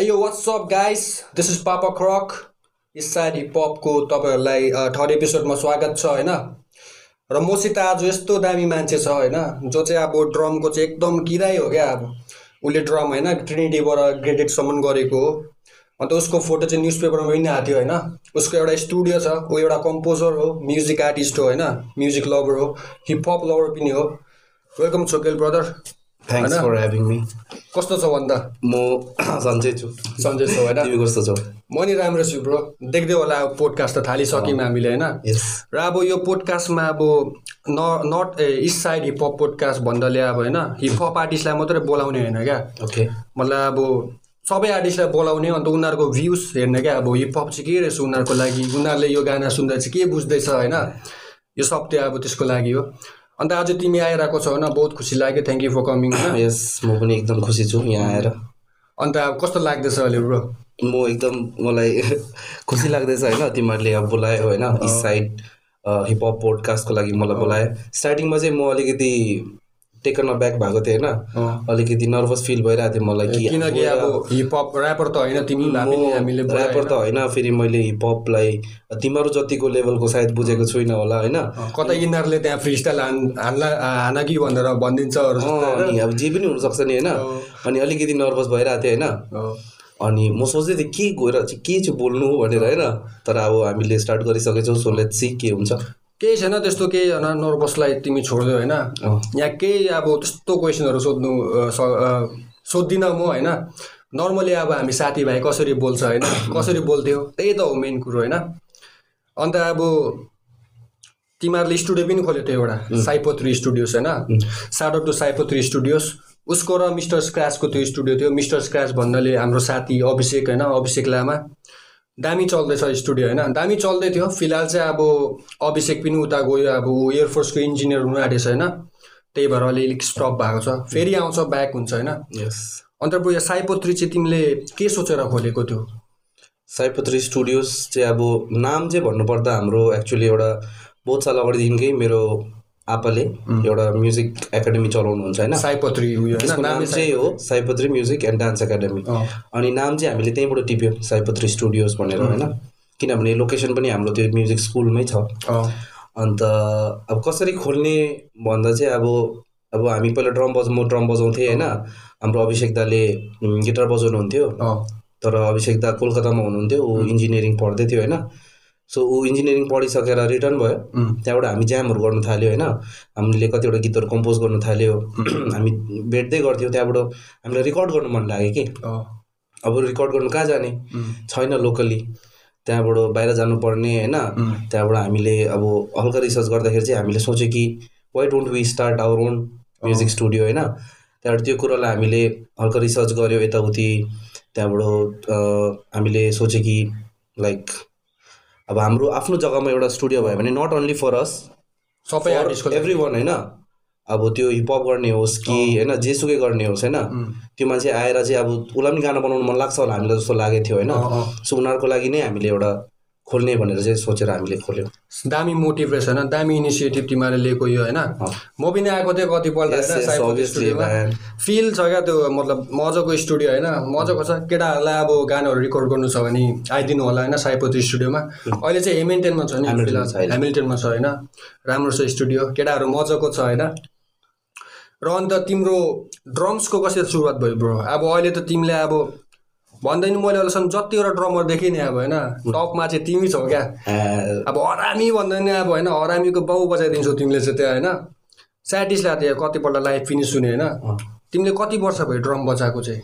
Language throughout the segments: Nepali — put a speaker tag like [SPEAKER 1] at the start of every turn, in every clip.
[SPEAKER 1] यो what's up guys this is papa crack side hip हपको तपाईँहरूलाई uh, थर्ड एपिसोडमा स्वागत छ होइन र मसित आज यस्तो दामी मान्छे छ होइन जो चाहिँ अब ड्रमको चाहिँ एकदम किराय हो क्या अब उसले ड्रम होइन ट्रिनिटीबाट ग्रेडेडसम्म गरेको हो अन्त उसको फोटो चाहिँ न्युज पेपरमा पनि आएको थियो होइन उसको एउटा स्टुडियो छ ऊ एउटा कम्पोजर हो म्युजिक आर्टिस्ट हो होइन म्युजिक लभर हो हिप हप लभर पनि हो वेलकम छोकेल ब्रदर
[SPEAKER 2] थ्याङ्क्स
[SPEAKER 1] होइन?
[SPEAKER 2] फर ह्याभिङ मी
[SPEAKER 1] कस्तो छ भन्दा
[SPEAKER 2] म सन्चै छु
[SPEAKER 1] सन्जय छौ होइन
[SPEAKER 2] तिमी कस्तो छौ
[SPEAKER 1] म नि राम्रो छु ब्रो देख्दै होला अब पोडकास्ट त थालिसक्यौँ हामीले होइन
[SPEAKER 2] यस
[SPEAKER 1] र अब यो पोडकास्टमा अब न not a east side hip hop podcast भन्दाले अब होइन हिपहप आर्टिस्टलाई मात्रै बोलाउने होइन क्या
[SPEAKER 2] ओके
[SPEAKER 1] मतलब अब सबै आर्टिस्टलाई बोलाउने अन्त उनीहरूको भ्युज हेर्ने क्या अब हिपहप चाहिँ के रहेछ उनीहरूको लागि उनीहरूले यो गाना सुन्दा चाहिँ के बुझ्दैछ होइन यो सब त्यो अब त्यसको लागि हो अन्त आज तिमी आइरहेको छौ होइन बहुत खुसी लाग्यो थ्याङ्क यू फर कमिङ होइन
[SPEAKER 2] यस म पनि एकदम खुसी छु यहाँ आएर
[SPEAKER 1] अन्त अब कस्तो लाग्दैछ अहिले ब्रो
[SPEAKER 2] म एकदम मलाई खुसी लाग्दैछ होइन तिमीहरूले अब बोलायो होइन इस साइड हिपहप पोडकास्टको लागि मलाई बोलायो स्टार्टिङमा चाहिँ म अलिकति टेकन ब्याक भएको थिएँ होइन
[SPEAKER 1] अँ।
[SPEAKER 2] अलिकति नर्भस फिल भइरहेको थियो मलाई कि
[SPEAKER 1] किनकि अब हिपहप ऱ्यापर त होइन तिमी भए पनि हामीले बोलायो
[SPEAKER 2] ऱ्यापर त होइन फेरि मैले हिपहपलाई तिमीहरू जतिको लेभलको सायद बुझेको छुइनँ होला होइन
[SPEAKER 1] कतै यिनीहरूले त्यहाँ फ्री स्टाइल हान हान्ला हान कि भनेर भनिदिन्छ अरू जस्तो
[SPEAKER 2] अँ, अनि अब जे पनि हुनसक्छ नि होइन
[SPEAKER 1] अँ।
[SPEAKER 2] अनि अलिकति नर्भस भइरहेको थियो होइन
[SPEAKER 1] अँ।
[SPEAKER 2] अनि म सोच्दै थिएँ के गएर चाहिँ के चाहिँ बोल्नु भनेर होइन तर अब हामीले स्टार्ट गरिसकेछौँ सो लेट्स सी के हुन्छ
[SPEAKER 1] केही छैन त्यस्तो केही होइन नर्भसलाई तिमी छोडिदियो होइन
[SPEAKER 2] अँ।
[SPEAKER 1] यहाँ केही अब त्यस्तो क्वेसनहरू सोध्नु अ, स- अ, सोध्दिनँ म होइन नर्मली अब हामी साथीभाइ कसरी बोल्छ होइन कसरी बोल्थ्यो त्यही त हो मेन कुरो होइन अन्त अब तिमीहरूले स्टुडियो पनि खोल्यो त्यो एउटा साइपोत्री स्टुडियोस होइन साडो टु साइपोत्री स्टुडियोस उसको र मिस्टर स्क्राचको त्यो स्टुडियो थियो मिस्टर स्क्राच भन्नाले हाम्रो साथी अभिषेक होइन अभिषेक लामा दामी चल्दैछ स्टुडियो होइन दामी चल्दै थियो फिलहाल चाहिँ अब अभिषेक पनि उता गयो अब ऊ एयरफोर्सको इन्जिनियर हुनु आँटेको छ होइन त्यही भएर अलिअलि स्टप भएको छ फेरि आउँछ ब्याक हुन्छ होइन
[SPEAKER 2] यस
[SPEAKER 1] अन्त बरु यो साइपोत्री चाहिँ तिमीले के सोचेर खोलेको त्यो
[SPEAKER 2] साइपत्री स्टुडियोज चाहिँ अब नाम चाहिँ भन्नुपर्दा हाम्रो एक्चुली एउटा बहुत साल अगाडिदेखिकै मेरो आपाले एउटा म्युजिक एकाडेमी चलाउनुहुन्छ होइन
[SPEAKER 1] साइपोत्री उयो होइन
[SPEAKER 2] त्यसको नाम
[SPEAKER 1] नामै साइ-
[SPEAKER 2] चाहिँ हो Saipatri music and dance academy
[SPEAKER 1] अँ,
[SPEAKER 2] अनि नाम चाहिँ हामीले त्यहीँबाट टिप्यो साइपत्री स्टुडियोज भनेर होइन किनभने लोकेसन पनि हाम्रो त्यो म्युजिक स्कुलमै छ
[SPEAKER 1] अँ,
[SPEAKER 2] अन्त अब कसरी खोल्ने भन्दा चाहिँ अब अब हामी पहिला ड्रम बज म ड्रम बजाउँथेँ होइन हाम्रो अभिषेक दाले उम्, गिटार बजाउनुहुन्थ्यो
[SPEAKER 1] अँ,
[SPEAKER 2] तर अभिषेक दा कोलकातामा हुनुहुन्थ्यो ऊ इन्जिनियरिङ पढ्दै थियो होइन सो ऊ इन्जिनियरिङ पढिसकेर रिटर्न भयो
[SPEAKER 1] उम्,
[SPEAKER 2] त्यहाँबाट हामी ज्यामहरू गर्नु थाल्यो होइन हामीले कतिवटा गीतहरू कम्पोज गर्नु थाल्यो हामी भेट्दै गर्थ्यौँ त्यहाँबाट हामीलाई रेकर्ड गर्नु मन लाग्यो कि
[SPEAKER 1] अँ,
[SPEAKER 2] अब रेकर्ड गर्नु कहाँ जाने
[SPEAKER 1] उम्,
[SPEAKER 2] छैन लोकली त्यहाँबाट बाहिर जानुपर्ने होइन
[SPEAKER 1] उम्,
[SPEAKER 2] त्यहाँबाट हामीले अब हल्का रिसर्च गर्दाखेरि चाहिँ हामीले सोच्यो कि why don't we start our own music studio होइन त्यहाँबाट त्यो कुरोलाई हामीले हल्का रिसर्च गऱ्यो यताउति त्यहाँबाट अ, हामीले सोच्यो कि लाइक अब हाम्रो आफ्नो जग्गामा एउटा स्टुडियो भयो भने नट ओन्ली फर अस
[SPEAKER 1] सबै आर्टिस्टको
[SPEAKER 2] एभ्री वान होइन अब त्यो हिपहप गर्ने होस् कि होइन जेसुकै गर्ने होस् होइन त्यो मान्छे आएर चाहिँ अब उसलाई पनि गाना बनाउनु मन लाग्छ होला हामीलाई जस्तो लागेको थियो होइन
[SPEAKER 1] अँ, अँ।
[SPEAKER 2] सो उनीहरूको लागि नै हामीले एउटा खोल्ने भनेर चाहिँ सोचेर हामीले खोल्यौँ
[SPEAKER 1] दामी मोटिभ रहेछ होइन दामी इनिसिएटिभ तिमीहरूले लिएको यो होइन म पनि आएको थिएँ कतिपल्ट
[SPEAKER 2] Yes,
[SPEAKER 1] होइन
[SPEAKER 2] yes,
[SPEAKER 1] साइपोत्री
[SPEAKER 2] obviously,
[SPEAKER 1] स्टुडियोमा
[SPEAKER 2] man.
[SPEAKER 1] फिल छ क्या त्यो मतलब मजाको स्टुडियो होइन मजाको छ केटाहरूलाई अब गानाहरू रेकर्ड गर्नु छ भने आइदिनु होला होइन साइपोत्री स्टुडियोमा अहिले चाहिँ हेमिल्टनमा छ नि
[SPEAKER 2] Hamilton
[SPEAKER 1] फिलहाल
[SPEAKER 2] Hmm। छ अहिले।
[SPEAKER 1] हेमिल्टनमा छ होइन राम्रो छ स्टुडियो केटाहरू मजाको छ होइन र अन्त तिम्रो ड्रम्सको कसरी सुरुवात भयो ब्रो अब अहिले त तिमीले अब भन्दैन मैले अहिलेसम्म जतिवटा ड्रमर देखेँ नि अब होइन
[SPEAKER 2] Hmm।
[SPEAKER 1] टपमा चाहिँ तिमी छौ क्या
[SPEAKER 2] अँ,
[SPEAKER 1] अब हरामी भन्दैन अब होइन हरामीको बाउ बजाइदिन्छौ तिमीले चाहिँ त्यहाँ होइन स्याटिस लाग्थ्यो यहाँ कतिपल्ट लाइभ फिनिस हुने होइन
[SPEAKER 2] अँ।
[SPEAKER 1] तिमीले कति वर्ष भयो ड्रम बजाएको चाहिँ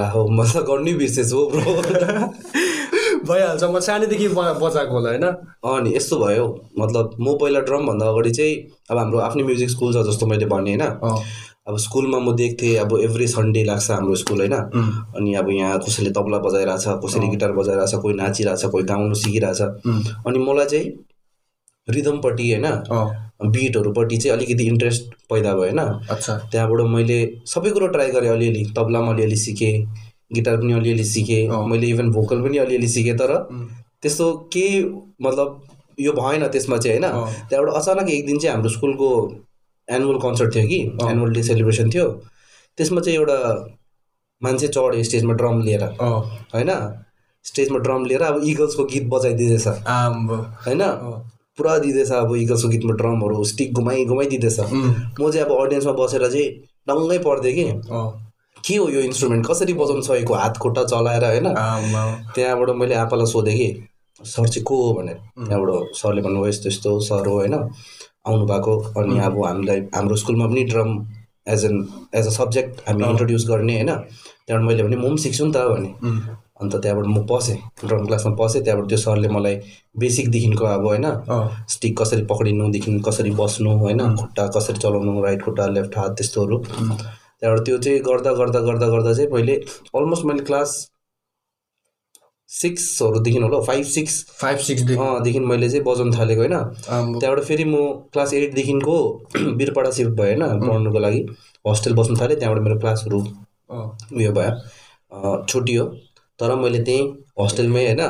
[SPEAKER 2] ला हो म त गर्नै बिर्सेछु हो ब्रो
[SPEAKER 1] भइहाल्छ म सानैदेखि ब- बजाएको होला होइन
[SPEAKER 2] अनि यस्तो भयो मतलब म पहिला ड्रमभन्दा अगाडि चाहिँ अब हाम्रो आफ्नो म्युजिक स्कुल छ जस्तो मैले भनेँ होइन
[SPEAKER 1] अँ,
[SPEAKER 2] अब स्कुलमा म देख्थेँ अब एभ्री सन्डे लाग्छ हाम्रो स्कुल होइन
[SPEAKER 1] उम्,
[SPEAKER 2] अनि अब यहाँ कसैले तबला बजाइरहेछ कसैले गिटार बजाइरहेछ कोही नाचिरहेछ कोही गाउनु सिकिरहेछ
[SPEAKER 1] उम्,
[SPEAKER 2] अनि मलाई चाहिँ रिदमपट्टि होइन
[SPEAKER 1] अँ,
[SPEAKER 2] बिटहरूपट्टि चाहिँ अलिकति इन्ट्रेस्ट पैदा भयो होइन
[SPEAKER 1] अच्छा
[SPEAKER 2] त्यहाँबाट मैले सबै कुरो ट्राई गरेँ अलिअलि तबला पनि अलिअलि सिकेँ गिटार पनि अलिअलि सिकेँ
[SPEAKER 1] अँ।
[SPEAKER 2] मैले इभन भोकल पनि अलिअलि सिकेँ तर
[SPEAKER 1] उम्,
[SPEAKER 2] त्यस्तो के मतलब यो भएन त्यसमा चाहिँ होइन
[SPEAKER 1] अँ।
[SPEAKER 2] त्यहाँबाट अचानक एक दिन चाहिँ हाम्रो स्कुलको एनुअल कन्सर्ट थियो कि एनुअल डे सेलिब्रेसन थियो त्यसमा चाहिँ एउटा मान्छे चढ्यो स्टेजमा ड्रम लिएर
[SPEAKER 1] अँ
[SPEAKER 2] होइन स्टेजमा ड्रम लिएर अब इगल्सको गीत बजाइदिँदैछ
[SPEAKER 1] आम्बो
[SPEAKER 2] होइन पुरा दिँदैछ अब इगल्सको गीतमा ड्रमहरू स्टिक घुमाइ घुमाइदिँदैछ
[SPEAKER 1] उम्,
[SPEAKER 2] म चाहिँ अब अडियन्समा बसेर चाहिँ डङ्गै पर्थेँ कि
[SPEAKER 1] अँ
[SPEAKER 2] के हो यो इन्स्ट्रुमेन्ट कसरी बजाउनु सकेको हात खुट्टा चलाएर होइन
[SPEAKER 1] आम्बो
[SPEAKER 2] त्यहाँबाट मैले आपालाई सोधेँ कि सर चाहिँ को हो भनेर त्यहाँबाट सरले भन्नुभयो यस्तो यस्तो सर हो होइन आउनु भएको अनि अब हामीलाई हाम्रो स्कुलमा पनि drum as an as a subject हामी इन्ट्रोड्युस गर्ने होइन त्यहाँबाट मैले भने म पनि सिक्छु नि त भने
[SPEAKER 1] उम्,
[SPEAKER 2] अन्त त्यहाँबाट म पसेँ ड्रम क्लासमा पसेँ त्यहाँबाट त्यो सरले मलाई बेसिकदेखिको अब होइन
[SPEAKER 1] अँ
[SPEAKER 2] स्टिक कसरी पक्रिनुदेखि कसरी बस्नु होइन खुट्टा कसरी चलाउनु राइट खुट्टा लेफ्ट हात त्यस्तोहरू त्यहाँबाट त्यो चाहिँ गर्दा गर्दा गर्दा गर्दा चाहिँ मैले अलमोस्ट मैले क्लास सिक्सहरूदेखि होला फाइभ सिक्स
[SPEAKER 1] फाइभ सिक्सदेखि
[SPEAKER 2] अँ, देखि मैले चाहिँ बजाउनु थालेको होइन
[SPEAKER 1] आम्बो
[SPEAKER 2] त्यहाँबाट फेरि म क्लास एटदेखिको बिरपाडा सिफ्ट भयो होइन पढ्नुको लागि होस्टेल बस्नु थालेँ त्यहाँबाट मेरो क्लासहरू
[SPEAKER 1] अँ
[SPEAKER 2] उयो भयो अ, छुट्टियो तर मैले त्यहीँ होस्टेलमै होइन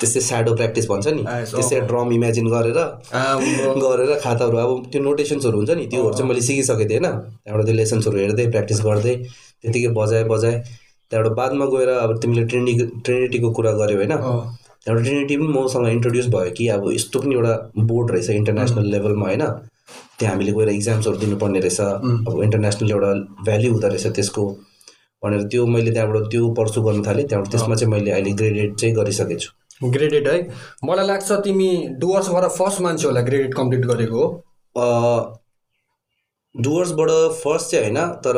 [SPEAKER 2] त्यस्तै स्याडो प्र्याक्टिस भन्छ नि
[SPEAKER 1] आएछ,
[SPEAKER 2] त्यसै ड्रम इमेजिन गरेर
[SPEAKER 1] आम्बो
[SPEAKER 2] गरेर खाताहरू अब त्यो नोटेसन्सहरू हुन्छ नि त्योहरू चाहिँ मैले सिकिसकेको थिएँ होइन त्यहाँबाट त्यो लेसन्सहरू हेर्दै प्र्याक्टिस गर्दै त्यतिकै बजाएँ बजाएँ त्यहाँबाट बादमा गएर अब तिमीले ट्रिनिटी ट्रिनिटीको कुरा गर्यो होइन
[SPEAKER 1] अँ
[SPEAKER 2] त्यहाँबाट ट्रिनिटी पनि मसँग इन्ट्रोड्युस भयो कि अब यस्तो पनि एउटा बोर्ड रहेछ इन्टरनेसनल लेभलमा होइन त्यहाँ हामीले गएर इक्जाम्सहरू दिनुपर्ने रहेछ अब इन्टरनेसनल एउटा भ्याल्यु हुँदो रहेछ त्यसको भनेर त्यो मैले त्यहाँबाट त्यो पर्सु गर्नु थालेँ त्यहाँबाट त्यसमा चाहिँ मैले अहिले ग्रेडेड चाहिँ गरिसकेको छु
[SPEAKER 1] ग्रेडेड है मलाई लाग्छ तिमी डुवर्सबाट फर्स्ट मान्छे होला ग्रेडेड कम्प्लिट गरेको हो
[SPEAKER 2] डुवर्सबाट फर्स्ट चाहिँ होइन तर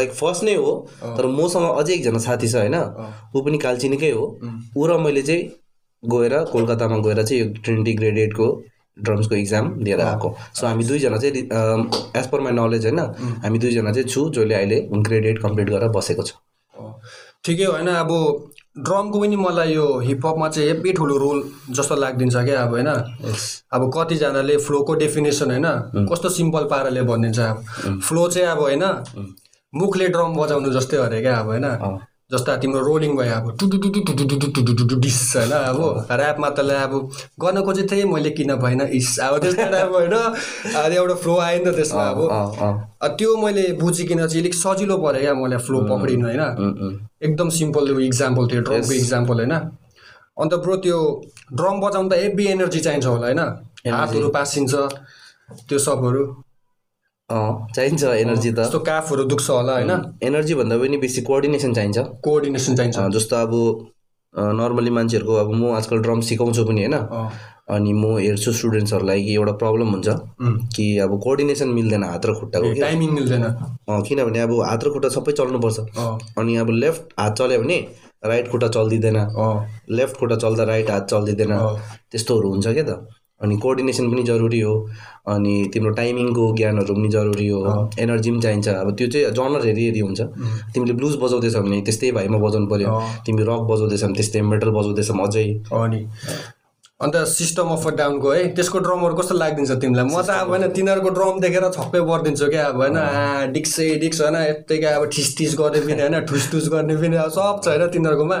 [SPEAKER 2] लाइक फर्स्ट नै हो तर मसँग अझै एकजना साथी छ होइन ऊ पनि कालचिनीकै हो ऊ र मैले चाहिँ गएर कोलकातामा गएर चाहिँ यो ट्रिनिटी ग्रेडेडको ड्रम्सको इक्जाम दिएर आएको सो हामी दुईजना चाहिँ एज पर माई नलेज होइन हामी दुईजना चाहिँ छु जसले अहिले ग्रेडेड कम्प्लिट गरेर बसेको छ
[SPEAKER 1] अँ, ठिकै हो होइन अब ड्रमको पनि मलाई यो हिपहपमा चाहिँ हेब्बी ठुलो रोल जस्तो लागिदिन्छ क्या अब होइन अब कतिजनाले फ्लोको डेफिनेसन होइन कस्तो सिम्पल पाराले भनिदिन्छ अब फ्लो चाहिँ अब होइन मुखले ड्रम बजाउनु जस्तै अरे क्या अब होइन
[SPEAKER 2] Mm.
[SPEAKER 1] जस्ता तिम्रो रोलिङ भयो अब टुटुटुटुटुटुटुटुटुटुटुटु डिस होइन अब ऱ्यापमा त ला अब गर्न खोजेको थिएँ मैले किन भएन इस अब त्यस्तो अब होइन अब एउटा फ्लो आयो नि त त्यसमा अब
[SPEAKER 2] अँ अँ
[SPEAKER 1] अब त्यो मैले बुझिकन चाहिँ अलिक सजिलो पऱ्यो क्या मलाई फ्लो पक्रिनु होइन
[SPEAKER 2] उम्, उम्।
[SPEAKER 1] एकदम सिम्पल यो इक्जाम्पल थियो ड्रमको इक्जाम्पल होइन अन्त ब्रो त्यो ड्रम बजाउनु त हेभी एनर्जी चाहिन्छ होला होइन हातहरू पासिन्छ त्यो सबहरू
[SPEAKER 2] अँ चाहिन्छ एनर्जी त
[SPEAKER 1] जस्तो काफहरू दुख्छ होला होइन
[SPEAKER 2] Mm. एनर्जी भन्दा पनि बेसी कोअर्डिनेसन चाहिन्छ
[SPEAKER 1] कोअर्डिनेसन चाहिन्छ
[SPEAKER 2] अँ, जस्तो अब नर्मली मान्छेहरूको अब म आजकल ड्रम सिकाउँछु पनि होइन
[SPEAKER 1] अँ,
[SPEAKER 2] अनि म हेर्छु स्टुडेन्ट्सहरूलाई कि एउटा प्रब्लम हुन्छ
[SPEAKER 1] उम्,
[SPEAKER 2] कि अब कोअर्डिनेसन मिल्दैन हात र खुट्टाको कि
[SPEAKER 1] टाइमिङ Mm. मिल्दैन
[SPEAKER 2] अँ, किनभने अब हात र खुट्टा सबै चल्नुपर्छ
[SPEAKER 1] अँ,
[SPEAKER 2] अनि अब लेफ्ट हात चल्यो भने राइट खुट्टा चल्दिँदैन
[SPEAKER 1] अँ,
[SPEAKER 2] लेफ्ट खुट्टा चल्दा राइट हात चल्दिँदैन
[SPEAKER 1] अँ,
[SPEAKER 2] त्यस्तोहरू हुन्छ क्या त अनि कोअर्डिनेसन पनि जरुरी हो अनि तिम्रो टाइमिङको ज्ञानहरू पनि जरुरी हो एनर्जी पनि चाहिन्छ अब त्यो चाहिँ जनर हेरी हेरी हुन्छ तिमीले ब्लुज बजाउँदैछौ भने त्यस्तै भाइमा बजाउनु पर्यो तिमी रक बजाउँदैछौ भने त्यस्तै मेटल बजाउँदैछौ भने अझै
[SPEAKER 1] अनि अन्त सिस्टम अफ डाउनको है त्यसको ड्रमहरू कस्तो लागिदिन्छ तिमीलाई म त अब होइन तिनीहरूको ड्रम देखेर छक्कै परिदिन्छु क्या अब होइन आ, डिक्से डिक्स होइन यत्तिकै अब ठिस ठिस गर्ने पनि होइन ठुस ठुस गर्ने पनि अब सब छ होइन तिनीहरूकोमा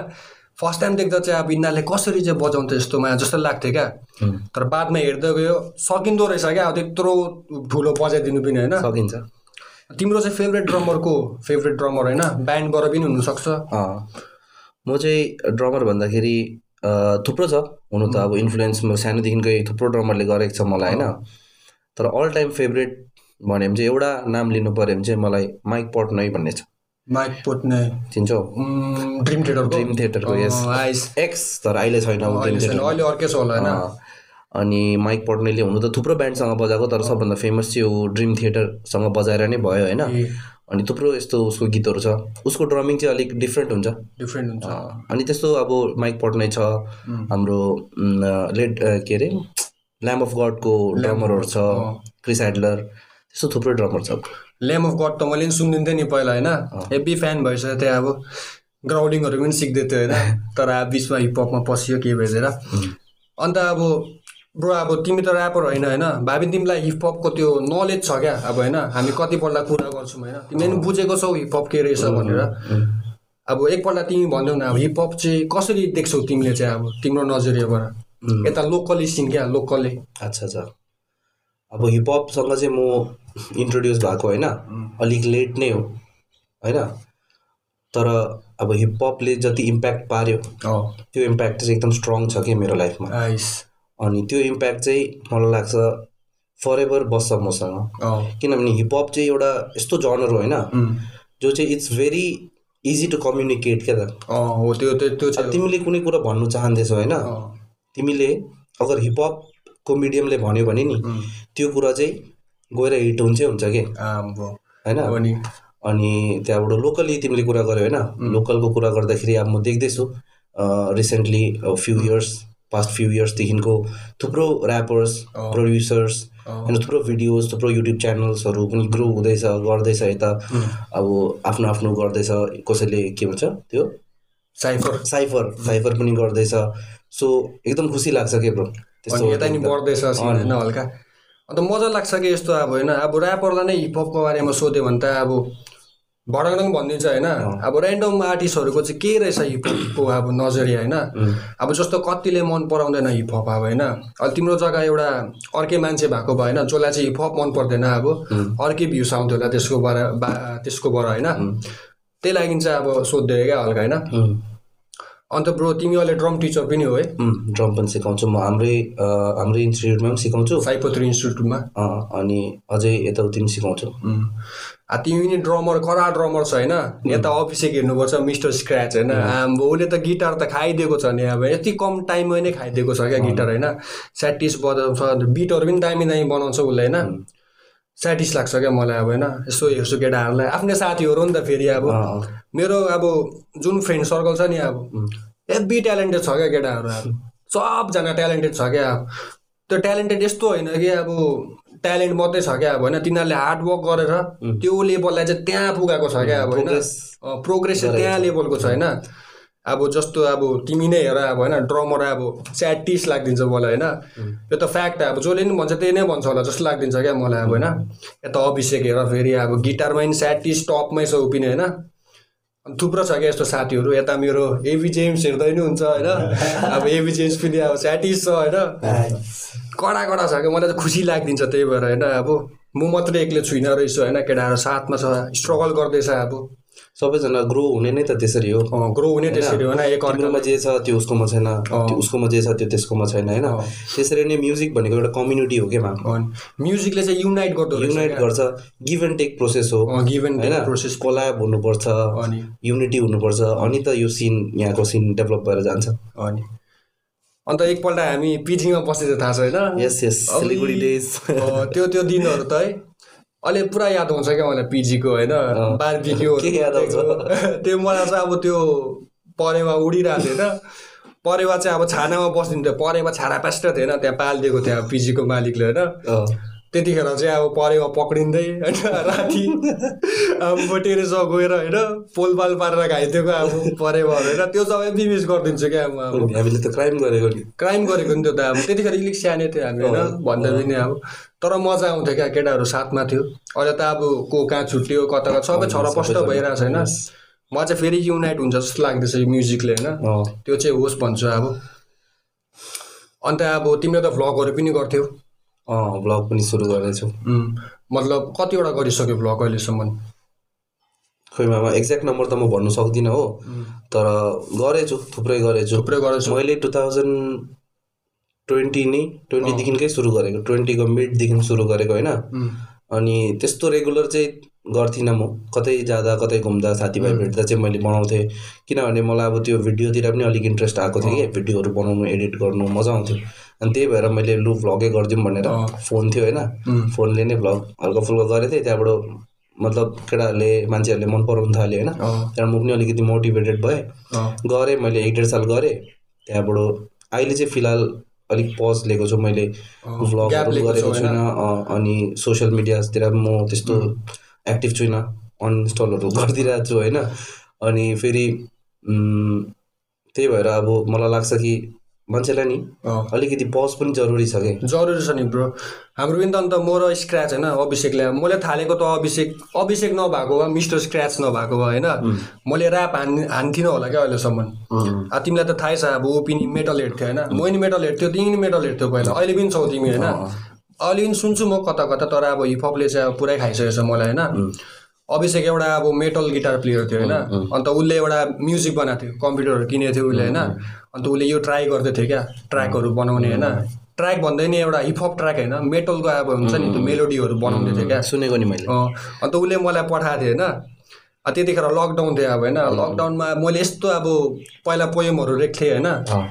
[SPEAKER 1] फर्स्ट टाइम देख्दा चाहिँ अब यिनीहरूले कसरी चाहिँ बजाउँछ यस्तोमा जस्तो लाग्थ्यो क्या तर बादमा हेर्दै गयो सकिँदो रहेछ क्या अब त्यत्रो ठुलो बजाइदिनु पनि होइन
[SPEAKER 2] सकिन्छ
[SPEAKER 1] तिम्रो चाहिँ फेभरेट ड्रमरको फेभरेट ड्रमर होइन ब्यान्डबाट पनि हुनसक्छ
[SPEAKER 2] अँ, म चाहिँ ड्रमर भन्दाखेरि अँ, थुप्रो छ हुनु त अब इन्फ्लुएन्स म सानोदेखिकै थुप्रो ड्रमरले गरेको छ मलाई होइन तर अल टाइम फेभरेट भन्यो भने चाहिँ एउटा नाम लिनु पऱ्यो भने चाहिँ मलाई माइक पटनै भन्ने छ
[SPEAKER 1] माइक पोट्ने
[SPEAKER 2] चिन्छौ
[SPEAKER 1] ड्रिम थिएटरको
[SPEAKER 2] ड्रिम थिएटरको यस
[SPEAKER 1] आइस
[SPEAKER 2] एक्स तर अहिले छैन ऊ ड्रिम थिएटर
[SPEAKER 1] अहिले अर्कै छ होला होइन
[SPEAKER 2] अँ, अनि माइक पटनेले हुनु त थुप्रो ब्यान्डसँग बजाएको तर सबभन्दा फेमस चाहिँ ऊ ड्रिम थिएटरसँग बजाएर नै भयो होइन
[SPEAKER 1] ए।
[SPEAKER 2] अनि थुप्रो यस्तो उसको गीतहरू छ उसको ड्रमिङ चाहिँ अलिक डिफ्रेन्ट हुन्छ
[SPEAKER 1] डिफ्रेन्ट हुन्छ
[SPEAKER 2] अँ, अनि त्यस्तो अब माइक पटनै छ हाम्रो उम्, लेड अ, के अरे ल्याम्ब अफ गडको ड्रमरहरू छ क्रिस एडलर त्यस्तो थुप्रै ड्रमर छ
[SPEAKER 1] लेम अफ गड त मैले पनि सुनिदिन्थेँ नि पहिला होइन हेभी फ्यान भइसक्यो त्यहाँ अब ग्राउन्डिङहरू पनि सिक्दै थियो होइन तर अब बिचमा हिपहपमा पसियो के भेजेर अन्त अब ब्रो अब तिमी त ऱ्यापर होइन होइन भाबी तिमीलाई हिपहपको त्यो नलेज छ क्या अब होइन हामी कतिपल्ट कुरा गर्छौँ होइन तिमीले पनि बुझेको छौ हिपहप के रहेछ भनेर अब एकपल्ट तिमी भनिदेऊ न अब हिपहप चाहिँ कसरी देख्छौ तिमीले चाहिँ अब तिम्रो नजरियाबाट
[SPEAKER 2] उम्.
[SPEAKER 1] यता लोकली सिन क्या लोकली
[SPEAKER 2] अच्छा अच्छा अब हिपहपसँग चाहिँ म इन्ट्रोड्युस भएको होइन अलिक लेट नै हो होइन तर अब हिपहपले जति इम्प्याक्ट पार्यो त्यो इम्प्याक्ट चाहिँ एकदम स्ट्रङ छ कि मेरो लाइफमा
[SPEAKER 1] आइस
[SPEAKER 2] अनि त्यो इम्प्याक्ट चाहिँ मलाई लाग्छ फर एभर बस्छ मसँग
[SPEAKER 1] अँ
[SPEAKER 2] किनभने हिपहप चाहिँ एउटा यस्तो जनर हो होइन
[SPEAKER 1] उम्,
[SPEAKER 2] जो चाहिँ it's very easy to communicate क्या त
[SPEAKER 1] अँ, हो त्यो त्यो त्यो चाहिँ
[SPEAKER 2] तिमीले कुनै कुरा भन्नु चाहँदैछौ होइन
[SPEAKER 1] अँ,
[SPEAKER 2] तिमीले अगर हिपहपको मिडियमले भन्यो भने नि
[SPEAKER 1] उम्,
[SPEAKER 2] त्यो कुरा चाहिँ गएर हिट हुन्छै हुन्छ कि
[SPEAKER 1] आम्बो।
[SPEAKER 2] होइन
[SPEAKER 1] हो नि
[SPEAKER 2] अनि त्यहाँबाट लोकली तिमीले कुरा गर्यो होइन लोकलको कुरा गर्दाखेरि अब म देख्दैछु recently few years past few इयर्सदेखिको थुप्रो ऱ्यापर्स
[SPEAKER 1] अँ।
[SPEAKER 2] प्रड्युसर्स
[SPEAKER 1] अँ।
[SPEAKER 2] होइन थुप्रो भिडियोज थुप्रो युट्युब च्यानल्सहरू पनि ग्रो हुँदैछ गर्दैछ यता अब आफ्नो आफ्नो गर्दैछ कसैले के भन्छ त्यो
[SPEAKER 1] साइफर
[SPEAKER 2] साइफर साइफर पनि गर्दैछ सो एकदम खुसी लाग्छ के ब्रो
[SPEAKER 1] अनि यता नि बढ्दैछ सिन होइन हल्का अन्त मजा लाग्छ कि यस्तो अब होइन अब ऱ्यापरलाई नै हिपहपको बारेमा सोध्यो भने त अब भडङडङ भनिदिन्छ होइन अब ऱ्यान्डम आर्टिस्टहरूको चाहिँ के रहेछ हिपहपको अब नजरिया होइन अब जस्तो कतिले मन पराउँदैन हिपहप अब होइन अब तिम्रो जग्गा एउटा अर्कै मान्छे भएको भयो होइन जसलाई चाहिँ हिपहप मन पर्दैन अब अर्कै भ्युस आउँथ्यो होला त्यसकोबाट बा त्यसकोबाट होइन त्यही लागि चाहिँ अब सोध्दै क्या हल्का होइन अन्त ब्रो तिमी अहिले ड्रम टिचर पनि हो है
[SPEAKER 2] ड्रम पनि सिकाउँछु म हाम्रै अ, हाम्रै इन्स्टिट्युटमा पनि सिकाउँछु
[SPEAKER 1] साइपत्री इन्स्टिट्युटमा
[SPEAKER 2] अँ, अनि अझै यताउति पनि सिकाउँछु
[SPEAKER 1] उम्. आ तिमी नि ड्रमर कडा ड्रमर छ होइन यता अफिसै हेर्नुपर्छ मिस्टर स्क्र्याच होइन आम्बो उसले त गिटार त खाइदिएको छ नि अब यति कम टाइममा नै खाइदिएको छ क्या गिटार होइन स्याटिस बजाउँछ अन्त बिटहरू पनि दामी दामी बनाउँछ उसले होइन स्याटिस लाग्छ क्या मलाई अब होइन यसो हेर्छु केटाहरूलाई आफ्नै साथीहरू हो नि त फेरि अब
[SPEAKER 2] अँ,
[SPEAKER 1] मेरो अब जुन फ्रेन्ड सर्कल छ नि अब हेभी ट्यालेन्टेड छ क्या केटाहरू अब सबजना ट्यालेन्टेड छ क्या अब त्यो ट्यालेन्टेड यस्तो होइन कि अब ट्यालेन्ट मात्रै छ क्या अब होइन तिनीहरूले हार्डवर्क गरेर त्यो लेभललाई चाहिँ त्यहाँ पुगाएको छ क्या अब होइन
[SPEAKER 2] प्रोग्रेस
[SPEAKER 1] अँ, प्रोग्रेस चाहिँ त्यहाँ लेभलको छ होइन अब जस्तो अब तिमी नै हेर अब होइन ड्रमर अब स्याटिस लागिदिन्छ मलाई होइन यो त फ्याक्ट अब जसले नि भन्छ त्यही नै भन्छ होला जस्तो लागिदिन्छ क्या मलाई अब होइन यता अभिषेक हेर फेरि अब गिटारमा नि स्याटिस टपमै छ उपिने होइन अनि थुप्रो छ क्या यस्तो साथीहरू यता मेरो एबी जेम्स हेर्दै नै हुन्छ होइन अब एबी जेम्स पनि अब स्याटिस छ होइन कडा कडा छ क्या मलाई त खुसी लागिदिन्छ त्यही भएर होइन अब म मात्रै एक्लै छुइनँ रहेछु होइन केटाहरू साथमा छ स्ट्रगल गर्दैछ अब
[SPEAKER 2] सबैजना ग्रो हुने नै त त्यसरी हो
[SPEAKER 1] ग्रो हुने त्यसरी होइन एक अर्का
[SPEAKER 2] तिम्रोमा जे छ त्यो उसकोमा छैन त्यो उसकोमा जे छ त्यो त्यसकोमा छैन होइन
[SPEAKER 1] अँ।
[SPEAKER 2] त्यसरी नै म्युजिक भनेको एउटा कम्युनिटी हो क्या मा
[SPEAKER 1] म्युजिकले चाहिँ युनाइट गर्दो
[SPEAKER 2] युनाइट गर्छ गिभ एन्ड टेक प्रोसेस हो
[SPEAKER 1] रहेछ गिभन
[SPEAKER 2] होइन
[SPEAKER 1] प्रोसेस
[SPEAKER 2] कोलाब हुनुपर्छ
[SPEAKER 1] अनि
[SPEAKER 2] युनिटी हुनुपर्छ अनि त यो सिन यहाँको सिन डेभलप भएर जान्छ
[SPEAKER 1] अनि अन्त एकपल्ट हामी पिचिङमा बसेको थाहा छ होइन
[SPEAKER 2] यस यस सिलगढी डेज
[SPEAKER 1] अँ, त्यो त्यो दिनहरू त है अहिले पुरा याद हुन्छ क्या मलाई पिजीको होइन बारबिक्यू
[SPEAKER 2] के याद आउँछ?
[SPEAKER 1] त्यो मलाई चाहिँ अब त्यो परेवा उडिरहेको थियो होइन परेवा चाहिँ अब छानामा बस्दिन्थ्यो परेवा छाना पास्ट थिएन त्यहाँ पालिदिएको थियो अब पिजीको मालिकले होइन त्यतिखेर चाहिँ अब परेवा पक्रिँदै होइन राति अब टेरेसमा गएर होइन पोलपाल पारेर खाइदिएको अब परेवा होइन त्यो सबै बिमिस गरिदिन्छु क्या म अब
[SPEAKER 2] हामीले त क्राइम गरेको नि
[SPEAKER 1] क्राइम गरेको नि त्यो त अब त्यतिखेर अलिक सानै थियो हामी होइन भन्दा पनि अब तर मजा आउँथ्यो क्या केटाहरू साथमा थियो अहिले त अब को कहाँ छुट्यो कता कता सबै छरपष्ट भइरहेको छ होइन म चाहिँ फेरि युनाइट हुन्छ जस्तो लाग्दैछ यो म्युजिकले होइन
[SPEAKER 2] अँ,
[SPEAKER 1] त्यो चाहिँ होस् भन्छु अब अन्त अब तिमीले त भ्लगहरू पनि गर्थ्यौ
[SPEAKER 2] अँ भ्लग पनि सुरु गर्दैछु
[SPEAKER 1] उम्, मतलब कतिवटा गरिसक्यो भ्लग अहिलेसम्म
[SPEAKER 2] खोइ मामा एक्ज्याक्ट नम्बर त म भन्नु सक्दिनँ हो तर गरेछु थुप्रै गरेछु
[SPEAKER 1] थुप्रै गरेछु
[SPEAKER 2] मैले टु थाउजन्ड ट्वेन्टी नै ट्वेन्टीदेखिकै सुरु गरेको ट्वेन्टीको मिडदेखि सुरु गरेको होइन
[SPEAKER 1] उम्,
[SPEAKER 2] अनि त्यस्तो रेगुलर चाहिँ गर्थिनँ म कतै जाँदा कतै घुम्दा साथीभाइ भेट्दा चाहिँ मैले बनाउँथेँ किनभने मलाई अब त्यो भिडियोतिर पनि अलिक इन्ट्रेस्ट आएको थियो कि भिडियोहरू बनाउनु एडिट गर्नु मजा आउँथ्यो अनि त्यही भएर मैले लु भ्लगै गरिदिउँ भनेर
[SPEAKER 1] अँ।
[SPEAKER 2] फोन थियो होइन
[SPEAKER 1] उम्,
[SPEAKER 2] फोनले नै भ्लग हल्का फुल्का गरेको थिएँ त्यहाँबाट मतलब केटाहरूले मान्छेहरूले मन पराउनु थाल्यो होइन
[SPEAKER 1] अँ,
[SPEAKER 2] त्यहाँबाट म पनि अलिकति मोटिभेटेड भएँ
[SPEAKER 1] अँ,
[SPEAKER 2] गरेँ मैले एक डेढ साल गरेँ त्यहाँबाट अहिले चाहिँ फिलहाल अलिक पज लिएको छु मैले
[SPEAKER 1] अँ, gap
[SPEAKER 2] भ्लगहरू
[SPEAKER 1] लिएको
[SPEAKER 2] गरेको
[SPEAKER 1] छौ,
[SPEAKER 2] छुइनँ अँ, अनि सोसियल मिडियातिर पनि म त्यस्तो एक्टिभ छुइनँ अनइन्स्टलहरू गरिदिरहेको छु होइन अनि फेरि उम्, त्यही भएर अब मलाई लाग्छ कि मान्छेलाई नि
[SPEAKER 1] अँ।
[SPEAKER 2] अलिकति पज पनि जरुरी छ कि
[SPEAKER 1] जरुरी छ नि ब्रो हाम्रो पनि त अन्त म र स्क्र्याच होइन अभिषेकले अब मैले थालेको त अभिषेक अभिषेक नभएको भए मिस्टर स्क्र्याच नभएको भए होइन मैले ऱ्याप हान हान्थिनँ होला क्या अहिलेसम्म अब तिमीलाई त थाहै छ अब ऊ पनि मेटल हेड थियो होइन म नि मेटल हेड थियो तिमी नि मेटल हेड थियो पहिला अहिले पनि छौ तिमी होइन अहिले पनि सुन्छु म कता कता तर अब हिपहपले चाहिँ अब पुरै खाइसकेको छ मलाई होइन अभिषेक एउटा अब मेटल गिटार प्लेयर थियो होइन अन्त उसले एउटा म्युजिक बनाएको थियो कम्प्युटरहरू किनेको थियो उसले होइन अन्त उसले यो ट्राई गर्दै थियो क्या ट्र्याकहरू बनाउने होइन ट्र्याक भन्दै नि एउटा हिपहप ट्र्याक होइन मेटलको अब हुन्छ नि त्यो मेलोडीहरू बनाउँदै थियो क्या
[SPEAKER 2] सुनेको नि मैले
[SPEAKER 1] अँ, अन्त उसले मलाई पठाएको थियो होइन अ, त्यतिखेर लकडाउन थियो अब होइन लकडाउनमा मैले यस्तो अब पहिला पोएमहरू लेख्थेँ होइन
[SPEAKER 2] अँ,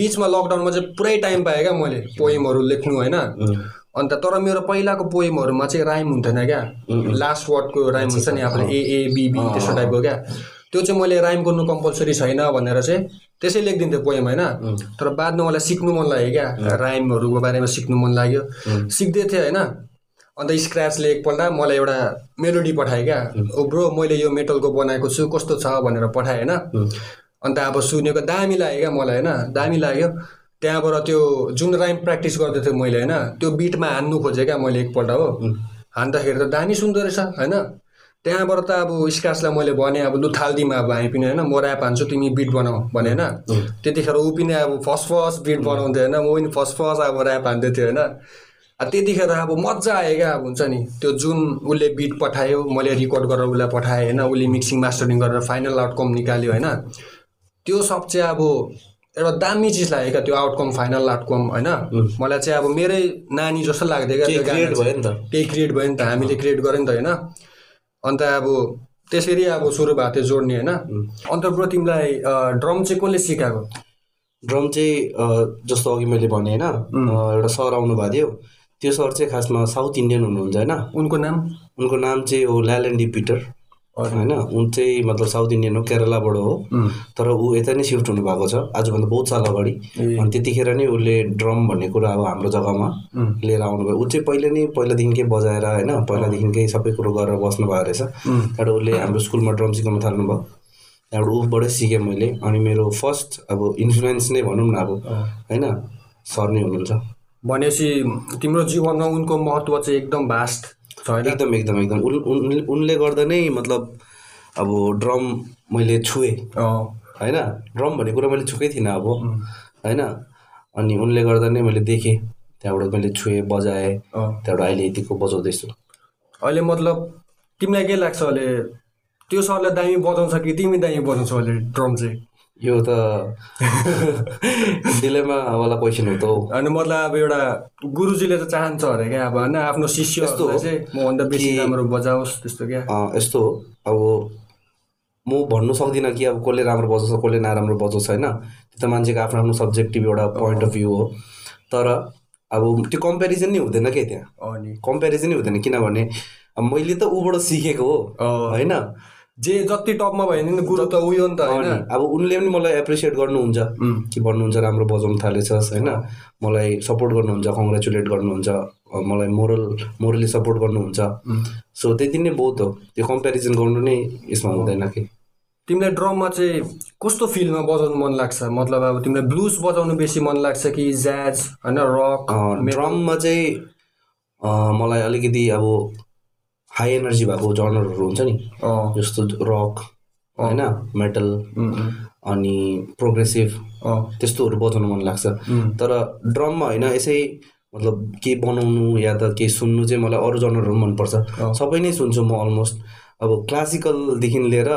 [SPEAKER 1] बिचमा लकडाउनमा चाहिँ पुरै टाइम पाएँ क्या मैले पोएमहरू लेख्नु होइन
[SPEAKER 2] उम्,
[SPEAKER 1] अन्त तर मेरो पहिलाको पोएमहरूमा चाहिँ राइम हुन्थेन क्या लास्ट वर्डको राइम हुन्छ नि आफूले एएबिबी त्यस्तो टाइपको क्या त्यो चाहिँ मैले राइम गर्नु कम्पलसरी छैन भनेर चाहिँ त्यसै लेखिदिन्थेँ पोएम होइन तर बादमा मलाई सिक्नु मन लाग्यो क्या राइमहरूको बारेमा सिक्नु मन लाग्यो सिक्दै थिएँ होइन अन्त स्क्र्याचले एकपल्ट मलाई एउटा मेलोडी पठायो क्या ओ ब्रो मैले यो मेटलको बनाएको छु कस्तो छ भनेर पठाएँ होइन अन्त अब सुनेको दामी लाग्यो क्या मलाई होइन दामी लाग्यो त्यहाँबाट त्यो जुन राइम प्र्याक्टिस गर्दैथेँ मैले होइन त्यो बिटमा हान्नु खोजेँ क्या मैले एकपल्ट हो हान्दाखेरि त दामी सुन्दो रहेछ होइन त्यहाँबाट त अब स्कासलाई मैले भने अब लु थालिदिमा अब हामी पनि होइन म ऱ्याप हान्छु तिमी बिट बनाऊ भने होइन त्यतिखेर ऊ पनि अब फर्स्ट फर्स्ट बिट बनाउँथ्यो होइन म पनि फर्स्ट फर्स्ट अब ऱ्याप हान्दै थियो होइन अब त्यतिखेर अब मजा आयो क्या अब हुन्छ नि त्यो जुन उसले बिट पठायो मैले रेकर्ड गरेर उसलाई पठाएँ होइन उसले मिक्सिङ मास्टरिङ गरेर फाइनल आउटकम निकाल्यो होइन त्यो सब चाहिँ अब एउटा दामी चिज लाग्यो क्या त्यो आउटकम फाइनल आउटकम होइन मलाई चाहिँ अब मेरै नानी जस्तो लाग्थ्यो क्या
[SPEAKER 2] केही
[SPEAKER 1] त्यो गाना
[SPEAKER 2] क्रिएट भयो नि त
[SPEAKER 1] त्यही क्रिएट भयो नि त हामीले क्रिएट गऱ्यो नि त होइन अन्त अब त्यसरी अब सुरु भएको थियो जोड्ने होइन अन्त ब्रो तिमीलाई ड्रम चाहिँ कसले सिकाएको
[SPEAKER 2] ड्रम चाहिँ अ, जस्तो अघि मैले भने होइन अ, एउटा सर आउनु भएको थियो त्यो सर चाहिँ खासमा साउथ इन्डियन हुनुहुन्छ होइन
[SPEAKER 1] उनको नाम
[SPEAKER 2] उनको नाम चाहिँ हो ल्यालेन्डी पिटर होइन उन चाहिँ मतलब साउथ इन्डियन हो केरलाबाट हो तर ऊ यता नै सिफ्ट हुनुभएको छ आजभन्दा बहुत साल अगाडि अनि त्यतिखेर नै उसले ड्रम भन्ने कुरा अब हाम्रो जग्गामा लिएर आउनुभयो ऊ चाहिँ पहिले नै पहिलादेखिकै बजाएर होइन पहिलादेखिकै सबै कुरो गरेर बस्नुभएको रहेछ त्यहाँबाट उसले हाम्रो स्कुलमा ड्रम सिकाउन थाल्नुभयो त्यहाँबाट ऊबाटै सिकेँ मैले अनि मेरो फर्स्ट अब इन्फ्लुएन्स नै भनौँ न अब होइन सर नै हुनुहुन्छ
[SPEAKER 1] भनेपछि तिम्रो जीवनमा उनको महत्त्व चाहिँ एकदम भास्ट छ होइन
[SPEAKER 2] एकदम एकदम एकदम उन, उन- उनले गर्दा नै मतलब अब ड्रम मैले छुएँ
[SPEAKER 1] अँ,
[SPEAKER 2] होइन ड्रम भन्ने कुरा मैले छुकै थिइनँ अब होइन अनि उनले गर्दा नै मैले देखेँ त्यहाँबाट मैले छुएँ बजाएँ
[SPEAKER 1] अँ।
[SPEAKER 2] त्यहाँबाट अहिले यतिको बजाउँदैछु
[SPEAKER 1] अहिले मतलब तिमीलाई के लाग्छ अहिले त्यो सरले दामी बजाउँछ कि तिमी दामी बजाउँछौ अहिले ड्रम चाहिँ
[SPEAKER 2] यो त डिलेमावाला क्वेसन हो त हौ
[SPEAKER 1] अनि मतलब अब एउटा गुरुजीले त चाहन्छ अरे क्या अब होइन आफ्नो शिष्यहरूलाई चाहिँ मभन्दा बेसी राम्रो बजाओस् त्यस्तो क्या
[SPEAKER 2] अँ, यस्तो हो अब म भन्नु सक्दिनँ कि अब कसले राम्रो बजाउँछ कसले नराम्रो बजाउँछ होइन त्यो त मान्छेको आफ्नो आफ्नो सब्जेक्टिभ एउटा पोइन्ट अफ भ्यू हो तर अब त्यो कम्पेरिजन नै हुँदैन के त्यहाँ
[SPEAKER 1] अनि
[SPEAKER 2] कम्पेरिजनै हुँदैन किनभने अब मैले त ऊबाट सिकेको हो
[SPEAKER 1] अँ।
[SPEAKER 2] होइन
[SPEAKER 1] जे जति टपमा भयो भने नि गुरु त उयो नि त होइन
[SPEAKER 2] अब उनले पनि मलाई एप्रिसिएट गर्नुहुन्छ कि भन्नुहुन्छ राम्रो बजाउनु थालेछस् होइन मलाई सपोर्ट गर्नुहुन्छ कङ्ग्रेचुलेट गर्नुहुन्छ अँ, मलाई मोरल मोरली सपोर्ट गर्नुहुन्छ सो त्यति नै बहुत हो त्यो कम्पेरिजन गर्नु नै यसमा हुँदैन कि
[SPEAKER 1] तिमीलाई ड्रममा चाहिँ कस्तो फिल्डमा बजाउनु मन लाग्छ मतलब अब तिमीलाई ब्लुज बजाउनु बेसी मन लाग्छ कि ज्याज होइन रक
[SPEAKER 2] अँ, ड्रममा चाहिँ अँ, मलाई अलिकति अब हाई एनर्जी भएको जनरहरू हुन्छ नि
[SPEAKER 1] अँ,
[SPEAKER 2] जस्तो रक होइन मेटल
[SPEAKER 1] उम्, उम्,
[SPEAKER 2] अनि प्रोग्रेसिभ
[SPEAKER 1] अँ,
[SPEAKER 2] त्यस्तोहरू बजाउनु मन लाग्छ तर ड्रममा होइन यसै मतलब केही बनाउनु या त केही सुन्नु चाहिँ मलाई अरू जनरहरू पनि मनपर्छ सबै नै सुन्छु म अलमोस्ट अब क्लासिकलदेखि लिएर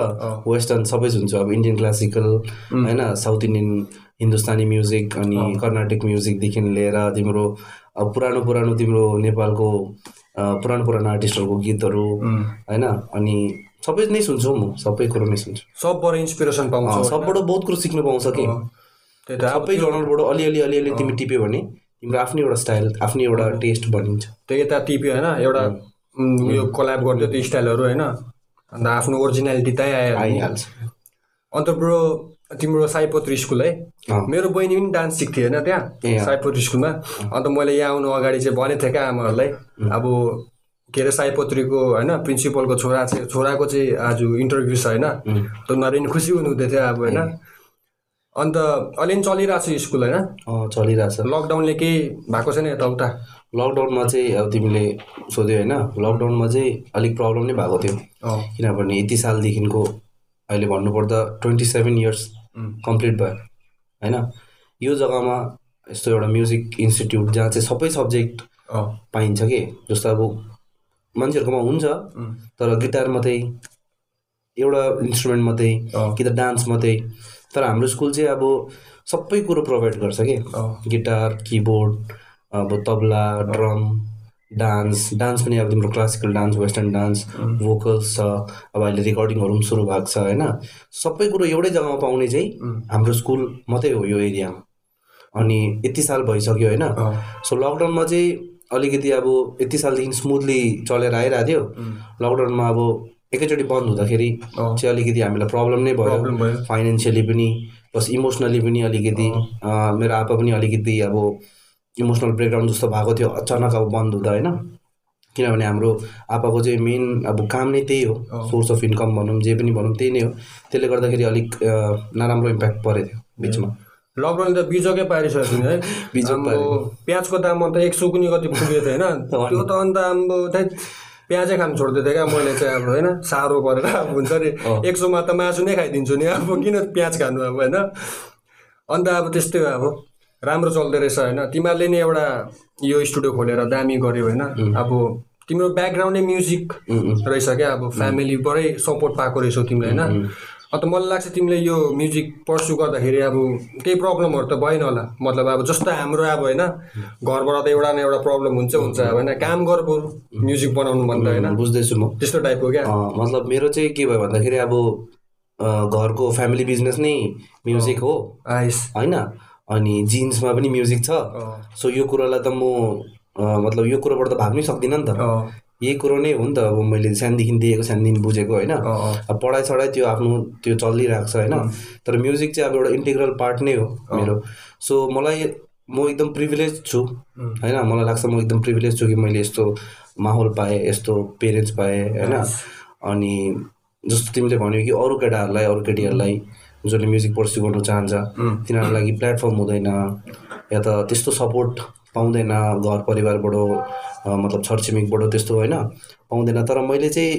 [SPEAKER 2] वेस्टर्न सबै सुन्छु अब इन्डियन क्लासिकल होइन साउथ इन्डियन हिन्दुस्तानी म्युजिक अनि कर्नाटिक म्युजिकदेखि लिएर तिम्रो अब पुरानो पुरानो तिम्रो नेपालको अ, पुरानो पुरानो आर्टिस्टहरूको गीतहरू होइन अनि सबै नै सुन्छु म सबै कुरो नै सुन्छु
[SPEAKER 1] सबबाट इन्सपिरेसन पाउँछ
[SPEAKER 2] सबबाट बहुत कुरो सिक्नु पाउँछ कि
[SPEAKER 1] त्यही त
[SPEAKER 2] सबै जर्नलबाट अलिअलि अलिअलि तिमी टिप्यो भने तिम्रो आफ्नै एउटा स्टाइल आफ्नै एउटा टेस्ट बनिन्छ
[SPEAKER 1] त्यो यता टिप्यो होइन एउटा उम्, यो कोलाब गर्थ्यो त्यो स्टाइलहरू होइन अन्त आफ्नो ओरिजिनालिटी त्यहीँ आयो
[SPEAKER 2] आइहाल्छ
[SPEAKER 1] अन्त ब्रो तिम्रो साइपत्री स्कुल है
[SPEAKER 2] अँ।
[SPEAKER 1] मेरो बहिनी पनि डान्स सिक्थ्यो होइन
[SPEAKER 2] ए,
[SPEAKER 1] त्यहाँ
[SPEAKER 2] अँ।
[SPEAKER 1] साइपत्री स्कुलमा अन्त मैले यहाँ आउनु अगाडि चाहिँ भनेको थिएँ क्या आमाहरूलाई अब के अरे साइपत्रीको होइन प्रिन्सिपलको छोरा चाहिँ छोराको चाहिँ आज इन्टरभ्यू छ होइन त उनीहरू पनि खुसी हुनुहुँदै थियो अब होइन अन्त अलि चलिरहेको छ स्कुल होइन
[SPEAKER 2] अँ, चलिरहेछ
[SPEAKER 1] लकडाउनले केही भएको छैन यताउता
[SPEAKER 2] लकडाउनमा चाहिँ अब तिमीले सोध्यो होइन लकडाउनमा चाहिँ अलिक प्रब्लम नै भएको थियो
[SPEAKER 1] अँ
[SPEAKER 2] किनभने यति सालदेखिको अहिले भन्नुपर्दा ट्वेन्टी सेभेन इयर्स कम्प्लिट भयो होइन यो जग्गामा यस्तो एउटा म्युजिक इन्स्टिट्युट जहाँ चाहिँ सबै सब्जेक्ट
[SPEAKER 1] अँ
[SPEAKER 2] पाइन्छ कि जस्तो अब मान्छेहरूकोमा हुन्छ
[SPEAKER 1] उम्,
[SPEAKER 2] तर गिटार मात्रै एउटा इन्स्ट्रुमेन्ट मात्रै
[SPEAKER 1] अँ,
[SPEAKER 2] कि त डान्स मात्रै तर हाम्रो स्कुल चाहिँ अब सबै कुरो प्रोभाइड गर्छ कि
[SPEAKER 1] अँ,
[SPEAKER 2] गिटार किबोर्ड अब तबला ड्रम डान्स डान्स पनि अब तिम्रो classical dance western dance vocals छ अब अहिले रेकर्डिङहरू पनि सुरु भएको छ होइन सबै कुरो एउटै जग्गामा पाउने चाहिँ
[SPEAKER 1] उम्,
[SPEAKER 2] हाम्रो स्कुल मात्रै हो यो एरियामा अनि यति साल भइसक्यो होइन
[SPEAKER 1] अँ,
[SPEAKER 2] सो लकडाउनमा चाहिँ अलिकति अब यति सालदेखि स्मुथली चलेर आइरहेको थियो
[SPEAKER 1] उम्,
[SPEAKER 2] लकडाउनमा अब एकैचोटि बन्द हुँदाखेरि
[SPEAKER 1] अँ,
[SPEAKER 2] चाहिँ अलिकति हामीलाई प्रब्लम नै भयो
[SPEAKER 1] प्रब्लम भयो
[SPEAKER 2] फाइनेन्सियली पनि प्लस इमोसनली पनि अलिकति अँ, मेरो आपा पनि अलिकति अब इमोसनल ब्रेकडाउन जस्तो भएको थियो अचानक अब बन्द हुँदा होइन किनभने हाम्रो आपाको चाहिँ मेन अब काम नै त्यही हो
[SPEAKER 1] अँ।
[SPEAKER 2] सोर्स अफ इन्कम भनौँ जे पनि भनौँ त्यही नै हो त्यसले गर्दाखेरि अलिक अँ, नराम्रो इम्प्याक्ट परेको थियो बिचमा
[SPEAKER 1] लकडाउनले त बिजोकै पारिसकेको थियो नि है
[SPEAKER 2] बिजोक
[SPEAKER 1] हाम्रो प्याजको दाम अन्त एक सौ कुनै कति पुगेको थियो होइन त्यो त अन्त हाम्रो त्यही प्याजै खान छोडिदिएको थिएँ क्या मैले चाहिँ अब होइन साह्रो परेर अब हुन्छ नि
[SPEAKER 2] अँ।
[SPEAKER 1] एक सौमा त मासु नै खाइदिन्छु नि अब किन प्याज खानु अब होइन अन्त अब त्यस्तै हो अब राम्रो चल्दो रहेछ होइन तिमीहरूले नि एउटा यो स्टुडियो खोलेर दामी गऱ्यो होइन अब तिम्रो ब्याकग्राउन्डै म्युजिक
[SPEAKER 2] उम्, उम्,
[SPEAKER 1] रहेछ क्या अब फ्यामिलीबाटै सपोर्ट पाएको रहेछौ तिमीले होइन अन्त मलाई लाग्छ तिमीले यो म्युजिक पर्सु गर्दाखेरि अब केही प्रब्लमहरू त भएन होला मतलब अब जस्तो हाम्रो अब होइन घरबाट त एउटा न एउटा प्रब्लम हुन्छ हुन्छ अब होइन काम गर बरु म्युजिक बनाउनु भन्दा होइन
[SPEAKER 2] बुझ्दैछु म
[SPEAKER 1] त्यस्तो टाइपको क्या
[SPEAKER 2] अँ, मतलब मेरो चाहिँ के भयो भन्दाखेरि अब अँ, घरको फ्यामिली बिजनेस नै म्युजिक हो
[SPEAKER 1] आइस
[SPEAKER 2] होइन अनि जिन्समा पनि म्युजिक छ
[SPEAKER 1] अँ,
[SPEAKER 2] सो यो कुरालाई त म अँ, मतलब यो कुरोबाट त भाग्नै सक्दिनँ नि त
[SPEAKER 1] अँ,
[SPEAKER 2] यही कुरो नै हो नि त अब मैले सानदेखि देखेको सानदेखि बुझेको होइन
[SPEAKER 1] अँ, अँ,
[SPEAKER 2] अब पढाइ सढाइ त्यो आफ्नो त्यो चलिरहेको छ होइन तर म्युजिक चाहिँ अब एउटा इन्टेग्रल पार्ट नै हो मेरो सो मलाई म एकदम प्रिभिलेज छु
[SPEAKER 1] उम्,
[SPEAKER 2] होइन मलाई लाग्छ म एकदम प्रिभिलेज छु कि मैले यस्तो माहौल पाएँ यस्तो पेरेन्ट्स पाएँ होइन अनि जस्तो तिमीले भन्यो कि अरू केटाहरूलाई अरू केटीहरूलाई जसले म्युजिक पर्स्यु गर्नु चाहन्छ
[SPEAKER 1] उम्,
[SPEAKER 2] तिनीहरूको लागि प्लेटफर्म हुँदैन या त त्यस्तो सपोर्ट पाउँदैन घर परिवारबाट अ, मतलब छरछिमेकबाट त्यस्तो होइन पाउँदैन तर मैले चाहिँ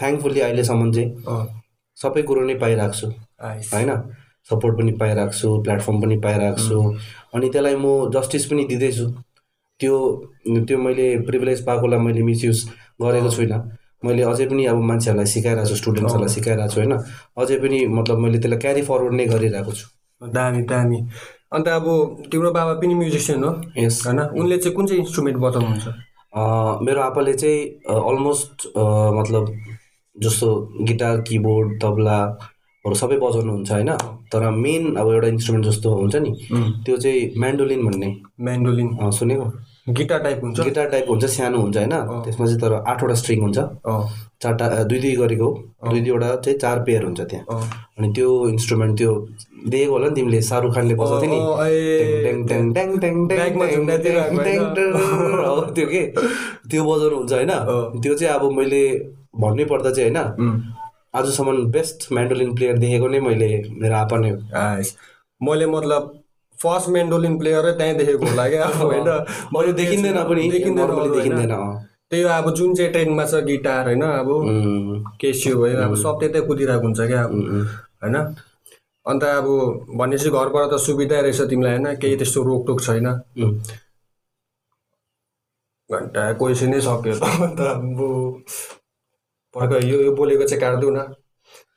[SPEAKER 2] थ्याङ्कफुल्ली अहिलेसम्म चाहिँ
[SPEAKER 1] अँ,
[SPEAKER 2] सबै कुरो नै पाइरहेको छु
[SPEAKER 1] आइस
[SPEAKER 2] होइन सपोर्ट पनि पाइरहेको छु प्लेटफर्म पनि पाइरहेको छु अनि त्यसलाई म जस्टिस पनि दिँदैछु त्यो त्यो मैले प्रिभिलेज पाएकोलाई मैले मिसयुज गरेको छुइनँ मैले अझै पनि अब मान्छेहरूलाई सिकाइरहेको छु स्टुडेन्ट्सहरूलाई सिकाइरहेको छु होइन अझै पनि मतलब मैले त्यसलाई क्यारी फरवर्ड नै गरिरहेको छु
[SPEAKER 1] दामी दामी अन्त अब तिम्रो बाबा पनि म्युजिसियन हो
[SPEAKER 2] यस
[SPEAKER 1] होइन उनले चाहिँ कुन चाहिँ इन्स्ट्रुमेन्ट बजाउनुहुन्छ
[SPEAKER 2] अ, मेरो आपाले चाहिँ अलमोस्ट मतलब जस्तो गिटार किबोर्ड तबलाहरू सबै बजाउनुहुन्छ होइन तर मेन अब एउटा इन्स्ट्रुमेन्ट जस्तो हुन्छ नि
[SPEAKER 1] उम्,
[SPEAKER 2] त्यो चाहिँ म्यान्डोलिन भन्ने
[SPEAKER 1] म्यान्डोलिन
[SPEAKER 2] अ, सुनेको
[SPEAKER 1] गिटार टाइप हुन्छ
[SPEAKER 2] गिटार टाइपको हुन्छ सानो हुन्छ होइन त्यसमा चाहिँ तर आठवटा स्ट्रिङ हुन्छ
[SPEAKER 1] अँ,
[SPEAKER 2] चारवटा अ, दुई दुई गरेको हो दुई दुईवटा चाहिँ चार पेयर हुन्छ त्यहाँ
[SPEAKER 1] अँ,
[SPEAKER 2] अनि त्यो इन्स्ट्रुमेन्ट त्यो देखेको होला नि तिमीले शाहरुख खानले बजाउँथ्यो नि
[SPEAKER 1] अँ, ए,
[SPEAKER 2] ट्याङ, ट्याङ, ट्याङ, ट्याङ, ट्याङ,
[SPEAKER 1] ब्यागमा
[SPEAKER 2] ट्याङ,
[SPEAKER 1] झुन्डातिर
[SPEAKER 2] ट्याङ,
[SPEAKER 1] राख्नु
[SPEAKER 2] ट्याङ,
[SPEAKER 1] होइन?
[SPEAKER 2] ट्याङ, हो, त्यो के त्यो बजाउनु हुन्छ होइन त्यो चाहिँ अब मैले भन्नै पर्दा चाहिँ होइन
[SPEAKER 1] उम्,
[SPEAKER 2] आजसम्म बेस्ट म्यान्डोलिन प्लेयर देखेको नै मैले मेरो आपा नै हो
[SPEAKER 1] आइस। मैले मतलब फर्स्ट मेन्डोलिन प्लेयरै त्यहीँ देखेको होला क्या अब होइन
[SPEAKER 2] मैले देखिँदैन पनि
[SPEAKER 1] देखिँदैन
[SPEAKER 2] नर्मली
[SPEAKER 1] अरू, होइन?
[SPEAKER 2] देखिँदैन अँ।
[SPEAKER 1] त्यही हो, अब जुन चाहिँ ट्रेन्डमा छ गिटार होइन अब
[SPEAKER 2] उम्,
[SPEAKER 1] केसियो भयो अब सब त्यतै कुदिरहेको हुन्छ क्या अब
[SPEAKER 2] उम्, उम्।
[SPEAKER 1] होइन अन्त अब भनेपछि घरबाट त सुविधा रहेछ तिमीलाई होइन केही त्यस्तो रोकटोक छैन
[SPEAKER 2] उम्।
[SPEAKER 1] घन्टा क्वेसनै सक्यो त अन्त अब फर्क यो यो बोलेको चाहिँ काट्दैउ न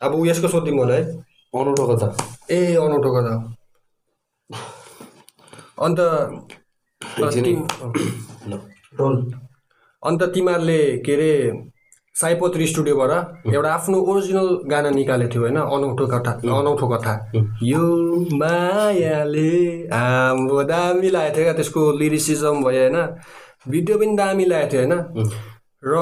[SPEAKER 1] अब उ यसको सोधिम होला है
[SPEAKER 2] अनौठो कथा
[SPEAKER 1] ए अनौठो कथा हो। अन्त
[SPEAKER 2] एकछिन है।
[SPEAKER 1] अँ।
[SPEAKER 2] ल।
[SPEAKER 1] अन्त तिमीहरूले के अरे साइपोत्री स्टुडियोबाट एउटा आफ्नो ओरिजिनल गाना निकालेको थियो होइन अनौठो कथा अनौठो कथा यो मायाले हाम्रो दामी लागेको थियो क्या त्यसको लिरिसिजम भयो होइन भिडियो पनि दामी लागेको थियो होइन र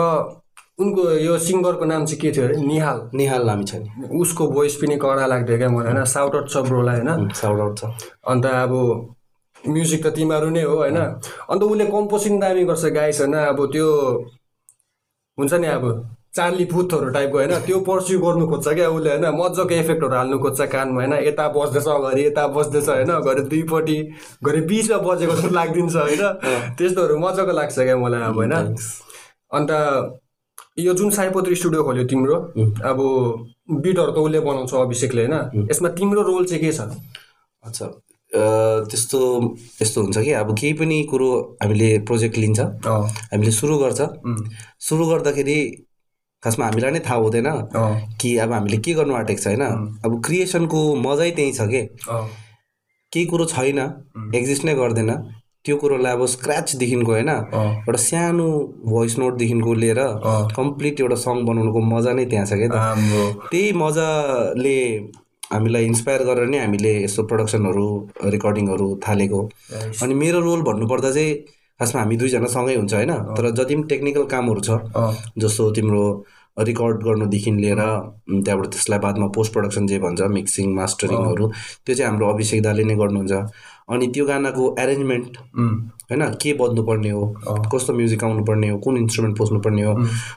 [SPEAKER 1] उनको यो सिङ्गरको नाम चाहिँ के थियो अरे निहाल
[SPEAKER 2] निहाल लामी छ नि
[SPEAKER 1] उसको भोइस पनि कडा लाग्थ्यो क्या मलाई होइन साउट आउट छ ब्रोलाई होइन
[SPEAKER 2] साउट आउट छ
[SPEAKER 1] अन्त अब म्युजिक त तिमीहरू नै हो होइन अन्त उसले कम्पोजिङ दामी गर्छ गाइस होइन अब त्यो हुन्छ नि अब चार्ली पुथहरू टाइपको होइन त्यो पर्स्यु गर्नु खोज्छ क्या उसले होइन मजाको इफेक्टहरू हाल्नु खोज्छ कानमा होइन यता बस्दैछ घरि यता बस्दैछ होइन घरि दुईपट्टि घरि बिचमा बजेको जस्तो लागिदिन्छ होइन त्यस्तोहरू मजाको लाग्छ क्या मलाई अब होइन
[SPEAKER 2] Thanks.
[SPEAKER 1] अन्त यो जुन साइपोत्री स्टुडियो खोल्यो तिम्रो अब बिटहरू त उसले बनाउँछ अभिषेकले होइन यसमा तिम्रो रोल चाहिँ के छ
[SPEAKER 2] अच्छा अ, त्यस्तो यस्तो हुन्छ कि अब केही पनि कुरो हामीले प्रोजेक्ट लिन्छ
[SPEAKER 1] अँ,
[SPEAKER 2] हामीले सुरु गर्छ
[SPEAKER 1] उम्,
[SPEAKER 2] सुरु गर्दाखेरि खासमा हामीलाई नै थाहा हुँदैन
[SPEAKER 1] अँ,
[SPEAKER 2] कि अब हामीले के गर्नु आँटेको छ होइन अब क्रिएसनको मजै त्यहीँ छ कि
[SPEAKER 1] अँ,
[SPEAKER 2] केही कुरो छैन एक्जिस्ट नै गर्दैन त्यो कुरोलाई अब स्क्र्याचदेखिको होइन
[SPEAKER 1] अँ,
[SPEAKER 2] एउटा सानो भोइस नोटदेखिको लिएर
[SPEAKER 1] अँ।
[SPEAKER 2] कम्प्लिट एउटा सङ बनाउनुको मजा नै त्यहाँ छ क्या त
[SPEAKER 1] राम्रो
[SPEAKER 2] त्यही मजाले हामीलाई इन्सपायर गरेर नै हामीले यस्तो प्रडक्सनहरू रेकर्डिङहरू थालेको
[SPEAKER 1] Nice.
[SPEAKER 2] अनि मेरो रोल भन्नुपर्दा चाहिँ खासमा हामी दुईजना सँगै हुन्छ होइन तर जति पनि टेक्निकल कामहरू छ
[SPEAKER 1] अँ,
[SPEAKER 2] जस्तो तिम्रो रेकर्ड गर्नुदेखि लिएर उम्, त्यहाँबाट त्यसलाई बादमा पोस्ट प्रडक्सन जे भन्छ मिक्सिङ मास्टरिङहरू त्यो चाहिँ हाम्रो अभिषेक दाले नै गर्नुहुन्छ अनि त्यो गानाको एरेन्जमेन्ट
[SPEAKER 1] उम्,
[SPEAKER 2] होइन के बज्नुपर्ने हो कस्तो म्युजिक आउनुपर्ने हो कुन इन्स्ट्रुमेन्ट पस्नुपर्ने हो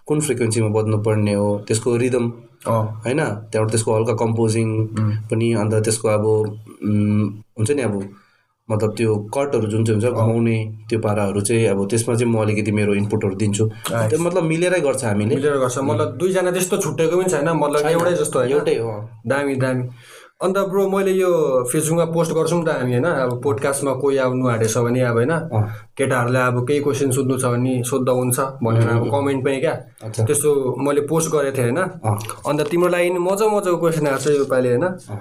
[SPEAKER 2] कुन फ्रिक्वेन्सीमा बज्नुपर्ने हो त्यसको रिदम
[SPEAKER 1] अँ,
[SPEAKER 2] होइन त्यहाँबाट त्यसको हल्का कम्पोजिङ पनि अन्त त्यसको अब उम्, हुन्छ नि अब मतलब त्यो कटहरू जुन चाहिँ हुन्छ घुमाउने त्यो पाराहरू चाहिँ अब त्यसमा चाहिँ म अलिकति मेरो इनपुटहरू दिन्छु त्यो मतलब मिलेरै गर्छ हामीले
[SPEAKER 1] मिलेर गर्छ मतलब दुईजना त्यस्तो छुट्टेको पनि छैन मतलब एउटै जस्तो होइन
[SPEAKER 2] एउटै हो
[SPEAKER 1] दामी दामी अन्त ब्रो मैले यो फेसबुकमा पोस्ट गर्छौँ त हामी होइन अब पोडकास्टमा कोही आउनु आँटेछ भने अब होइन
[SPEAKER 2] अँ।
[SPEAKER 1] केटाहरूलाई अब केही क्वेसन सोध्नु छ भने सोद्धा हुन्छ भनेर अब कमेन्ट पनि क्या
[SPEAKER 2] अच्छा
[SPEAKER 1] त्यस्तो मैले पोस्ट गरेको थिएँ होइन
[SPEAKER 2] अँ।
[SPEAKER 1] अन्त तिम्रो लागि मजा मजाको क्वेसन आएको छ यो पालि होइन
[SPEAKER 2] अँ।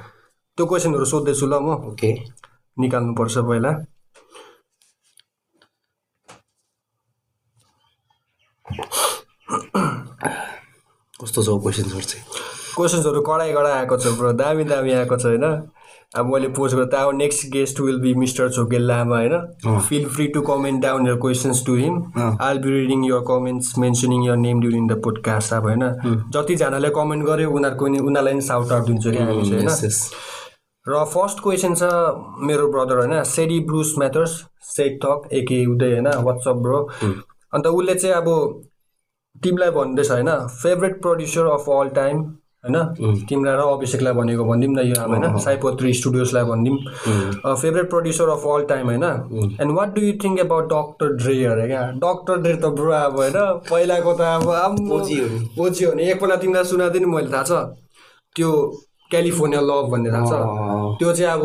[SPEAKER 1] त्यो क्वेसनहरू सोध्दैछु ल म
[SPEAKER 2] ओके
[SPEAKER 1] निकाल्नुपर्छ पहिला
[SPEAKER 2] कस्तो छ क्वेसन्सहरू चाहिँ
[SPEAKER 1] क्वेसन्सहरू कडाइ कडा आएको छ ब्रो दामी दामी आएको छ होइन अब मैले पोस्ट गरेँ त अब next guest will be mister Chhokel Lama होइन feel free to comment down your questions to him
[SPEAKER 2] अँ।
[SPEAKER 1] I'll be reading your comments mentioning your name during the podcast अब होइन जतिजनाले कमेन्ट गर्यो उनीहरूको नि- उनीहरूलाई नि साउट आउट दिन्छु कि हामी चाहिँ, होइन
[SPEAKER 2] Yes, yes.
[SPEAKER 1] र फर्स्ट क्वेसन छ मेरो ब्रदर होइन सेडी ब्रुस म्याथर्स सेट थक एके उदय होइन वाट्सअप ब्रो
[SPEAKER 2] Hmm.
[SPEAKER 1] अन्त उसले चाहिँ अब तिमीलाई भन्दैछ होइन favourite producer of all time होइन
[SPEAKER 2] Hmm.
[SPEAKER 1] तिमीलाई र अभिषेकलाई भनेको भनिदिउँ न यो अब होइन साइपोत्री स्टुडियोजलाई भनिदिउँ
[SPEAKER 2] Hmm.
[SPEAKER 1] Favourite producer of all time होइन and what do you think about doctor Dre अरे क्या डक्टर ड्रे त ब्रो अब होइन पहिलाको त अब आम्बो,
[SPEAKER 2] ओजी हो नि।
[SPEAKER 1] ओजी हो नि एकपल्ट तिमीलाई सुनाएको थिएँ नि मैले थाहा छ त्यो क्यालिफोर्निया लभ भन्ने थाहा छ
[SPEAKER 2] अँ,
[SPEAKER 1] त्यो चाहिँ अब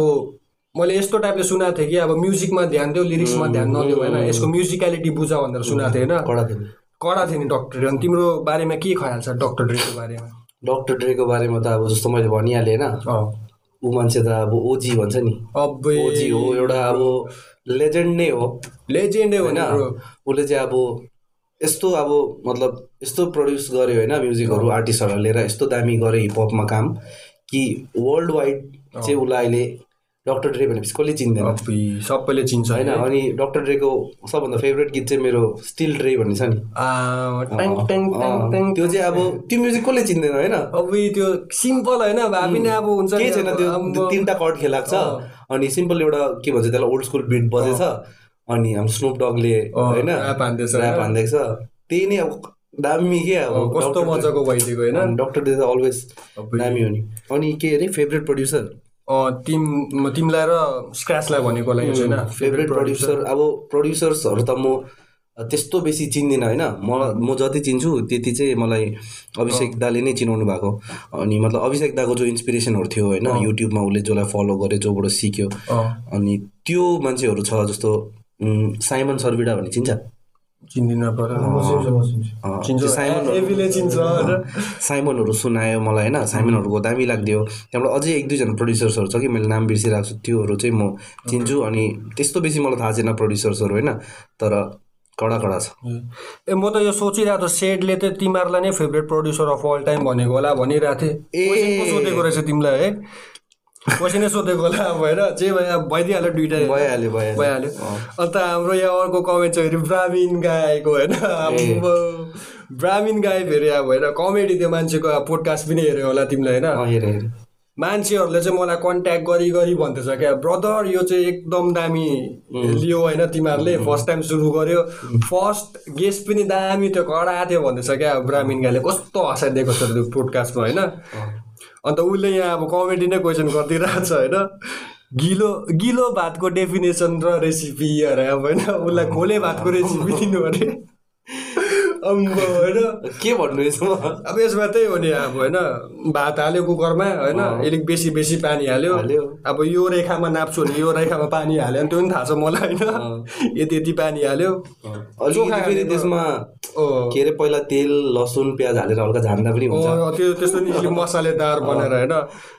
[SPEAKER 1] मैले यस्तो टाइपले सुनाएको थिएँ कि अब म्युजिकमा ध्यान दियो लिरिक्समा ध्यान नदियो होइन यसको म्युजिकालिटी बुझ भनेर सुनाएको थिएँ होइन
[SPEAKER 2] कडा थियो नि।
[SPEAKER 1] कडा थियो नि डक्टर ड्रे अनि तिम्रो बारेमा के ख्याल छ डक्टर ड्रेको बारेमा
[SPEAKER 2] डक्टर ड्रेको बारेमा त अब जस्तो मैले भनिहालेँ होइन
[SPEAKER 1] अँ
[SPEAKER 2] ऊ मान्छे त अब ओजी भन्छ नि
[SPEAKER 1] अब्बे
[SPEAKER 2] ओजी हो एउटा अब लेजेन्ड नै हो
[SPEAKER 1] लेजेन्डै हो नि ब्रो
[SPEAKER 2] होइन उसले चाहिँ अब यस्तो अब मतलब यस्तो प्रड्युस गर्यो होइन म्युजिकहरू आर्टिस्टहरूलाई लिएर यस्तो दामी गर्यो हिपहपमा काम कि वर्ल्ड वाइड चाहिँ उसलाई अहिले डक्टर ड्रे भनेपछि कसले चिन्दैन
[SPEAKER 1] अब्बे सबैले चिन्छ
[SPEAKER 2] होइन
[SPEAKER 1] होइन
[SPEAKER 2] अनि डक्टर ड्रेको सबभन्दा फेभरेट गीत चाहिँ मेरो स्टिल ड्रे भन्ने छ नि
[SPEAKER 1] आ, ट्याङ, ट्याङ, ट्याङ,
[SPEAKER 2] अँ,
[SPEAKER 1] ट्याङ।
[SPEAKER 2] त्यो चाहिँ अब त्यो म्युजिक कसले चिन्दैन होइन
[SPEAKER 1] अब्बे त्यो सिम्पल होइन भए पनि अब हुन्छ नि
[SPEAKER 2] केही छैन
[SPEAKER 1] अब,
[SPEAKER 2] त्यो
[SPEAKER 1] आम्बो।
[SPEAKER 2] तिनवटा कर्ड खेलाएको छ अनि सिम्पल एउटा के भन्छ त्यसलाई ओल्ड स्कुल बिट बजेछ अनि हाम्रो स्नुप डगले
[SPEAKER 1] अँ,
[SPEAKER 2] होइन
[SPEAKER 1] rap हान्दैछ,
[SPEAKER 2] ऱ्याप
[SPEAKER 1] होइन?
[SPEAKER 2] हान्दैछ त्यही नै अब दामी के अब
[SPEAKER 1] अँ, कस्तो
[SPEAKER 2] Dr.
[SPEAKER 1] मजाको भइदिएको होइन
[SPEAKER 2] अनि डक्टर डे त अलवेज
[SPEAKER 1] अब्बुई।
[SPEAKER 2] दामी हो नि अनि के अरे फेभरेट प्रड्युसर
[SPEAKER 1] अँ, तिम म तिमीलाई र स्क्र्याचलाई भनेको लागि होइन
[SPEAKER 2] फेभरेट प्रड्युसर अब प्रड्युसर्सहरू त म त्यस्तो बेसी चिन्दिनँ होइन म म जति चिन्छु त्यति चाहिँ मलाई अभिषेक दाले नै चिनाउनु भएको अनि मतलब अभिषेक दाको जो इन्सपिरेसनहरू थियो होइन युट्युबमा उसले जसलाई फलो गर्यो जोबाट सिक्यो
[SPEAKER 1] अँ,
[SPEAKER 2] अनि त्यो मान्छेहरू छ जस्तो उम्, साइमन सर्विडा भन्ने चिन्छ
[SPEAKER 1] चिन्दिनँ पर
[SPEAKER 2] अँ,
[SPEAKER 1] चिन्छ
[SPEAKER 2] त्यो साइमनहरू
[SPEAKER 1] एभीले चिन्छ होइन?
[SPEAKER 2] साइमनहरू सुनायो मलाई होइन साइमनहरूको दामी लाग्दियो त्यहाँबाट अझै एक दुईजना प्रड्युसर्सहरू छ कि मैले नाम बिर्सिरहेको छु त्योहरू चाहिँ म चिन्छु अनि त्यस्तो बेसी मलाई थाहा छैन प्रड्युसर्सहरू होइन तर कडा कडा छ
[SPEAKER 1] ए म त यो सोचिरहेको थिएँ सेडले त तिमीहरूलाई नै favourite producer of all time भनेको होला भनिरहेको थिएँ
[SPEAKER 2] ए।
[SPEAKER 1] क्वेसन पो सोधेको रहेछ तिमीलाई है क्वेसनै सोधेको होला अब होइन जे भयो अब भइदिइहाल्यो दुइटा
[SPEAKER 2] भइहाल्यो भइहाल्यो
[SPEAKER 1] भइहाल्यो अन्त हाम्रो यहाँ अर्को कमेन्ट छ फेरि ब्राह्मीण गाएको होइन आम्बो। ब्राह्मीण गाए फेरि अब होइन कमेडी त्यो मान्छेको अब पोडकास्ट पनि हेऱ्यो होला तिमीलाई होइन
[SPEAKER 2] अँ, हेर हेर
[SPEAKER 1] मान्छेहरूले चाहिँ मलाई कन्ट्याक्ट गरी गरी भन्दैछ क्या ब्रदर यो चाहिँ एकदम दामी लियो होइन तिमीहरूले फर्स्ट टाइम सुरु गर्यो फर्स्ट गेस्ट पनि दामी त्यो कडा थियो भन्दैछ क्या ब्राह्मीणकाले कस्तो हँसाइदिएको छ त्यो पोडकास्टमा होइन अन्त उसले यहाँ अब कमेडी नै क्वेसन गरिदिरहेको छ होइन गिलो गिलो भातको डेफिनेसन र रेसिपी अरे अब होइन उसलाई खोले भातको रेसिपी दिनु अरे अम्बो होइन
[SPEAKER 2] के भन्नु यसमा
[SPEAKER 1] अब यसमा त्यही हो नि अब होइन भात हाल्यो कुकरमा होइन अलिक बेसी बेसी पानी हाल्यो
[SPEAKER 2] हाल्यो।
[SPEAKER 1] अब यो रेखामा नाप्छु नि यो रेखामा पानी हाल्यो भने त्यो पनि थाहा छ मलाई होइन यति यति पानी हाल्यो
[SPEAKER 2] अलिकति फेरि त्यसमा
[SPEAKER 1] ओ
[SPEAKER 2] के अरे पहिला तेल लसुन प्याज हालेर हल्का झान्दा पनि हुन्छ
[SPEAKER 1] अँ, त्यो त्यस्तो नि अलिक मसालेदार बनेर होइन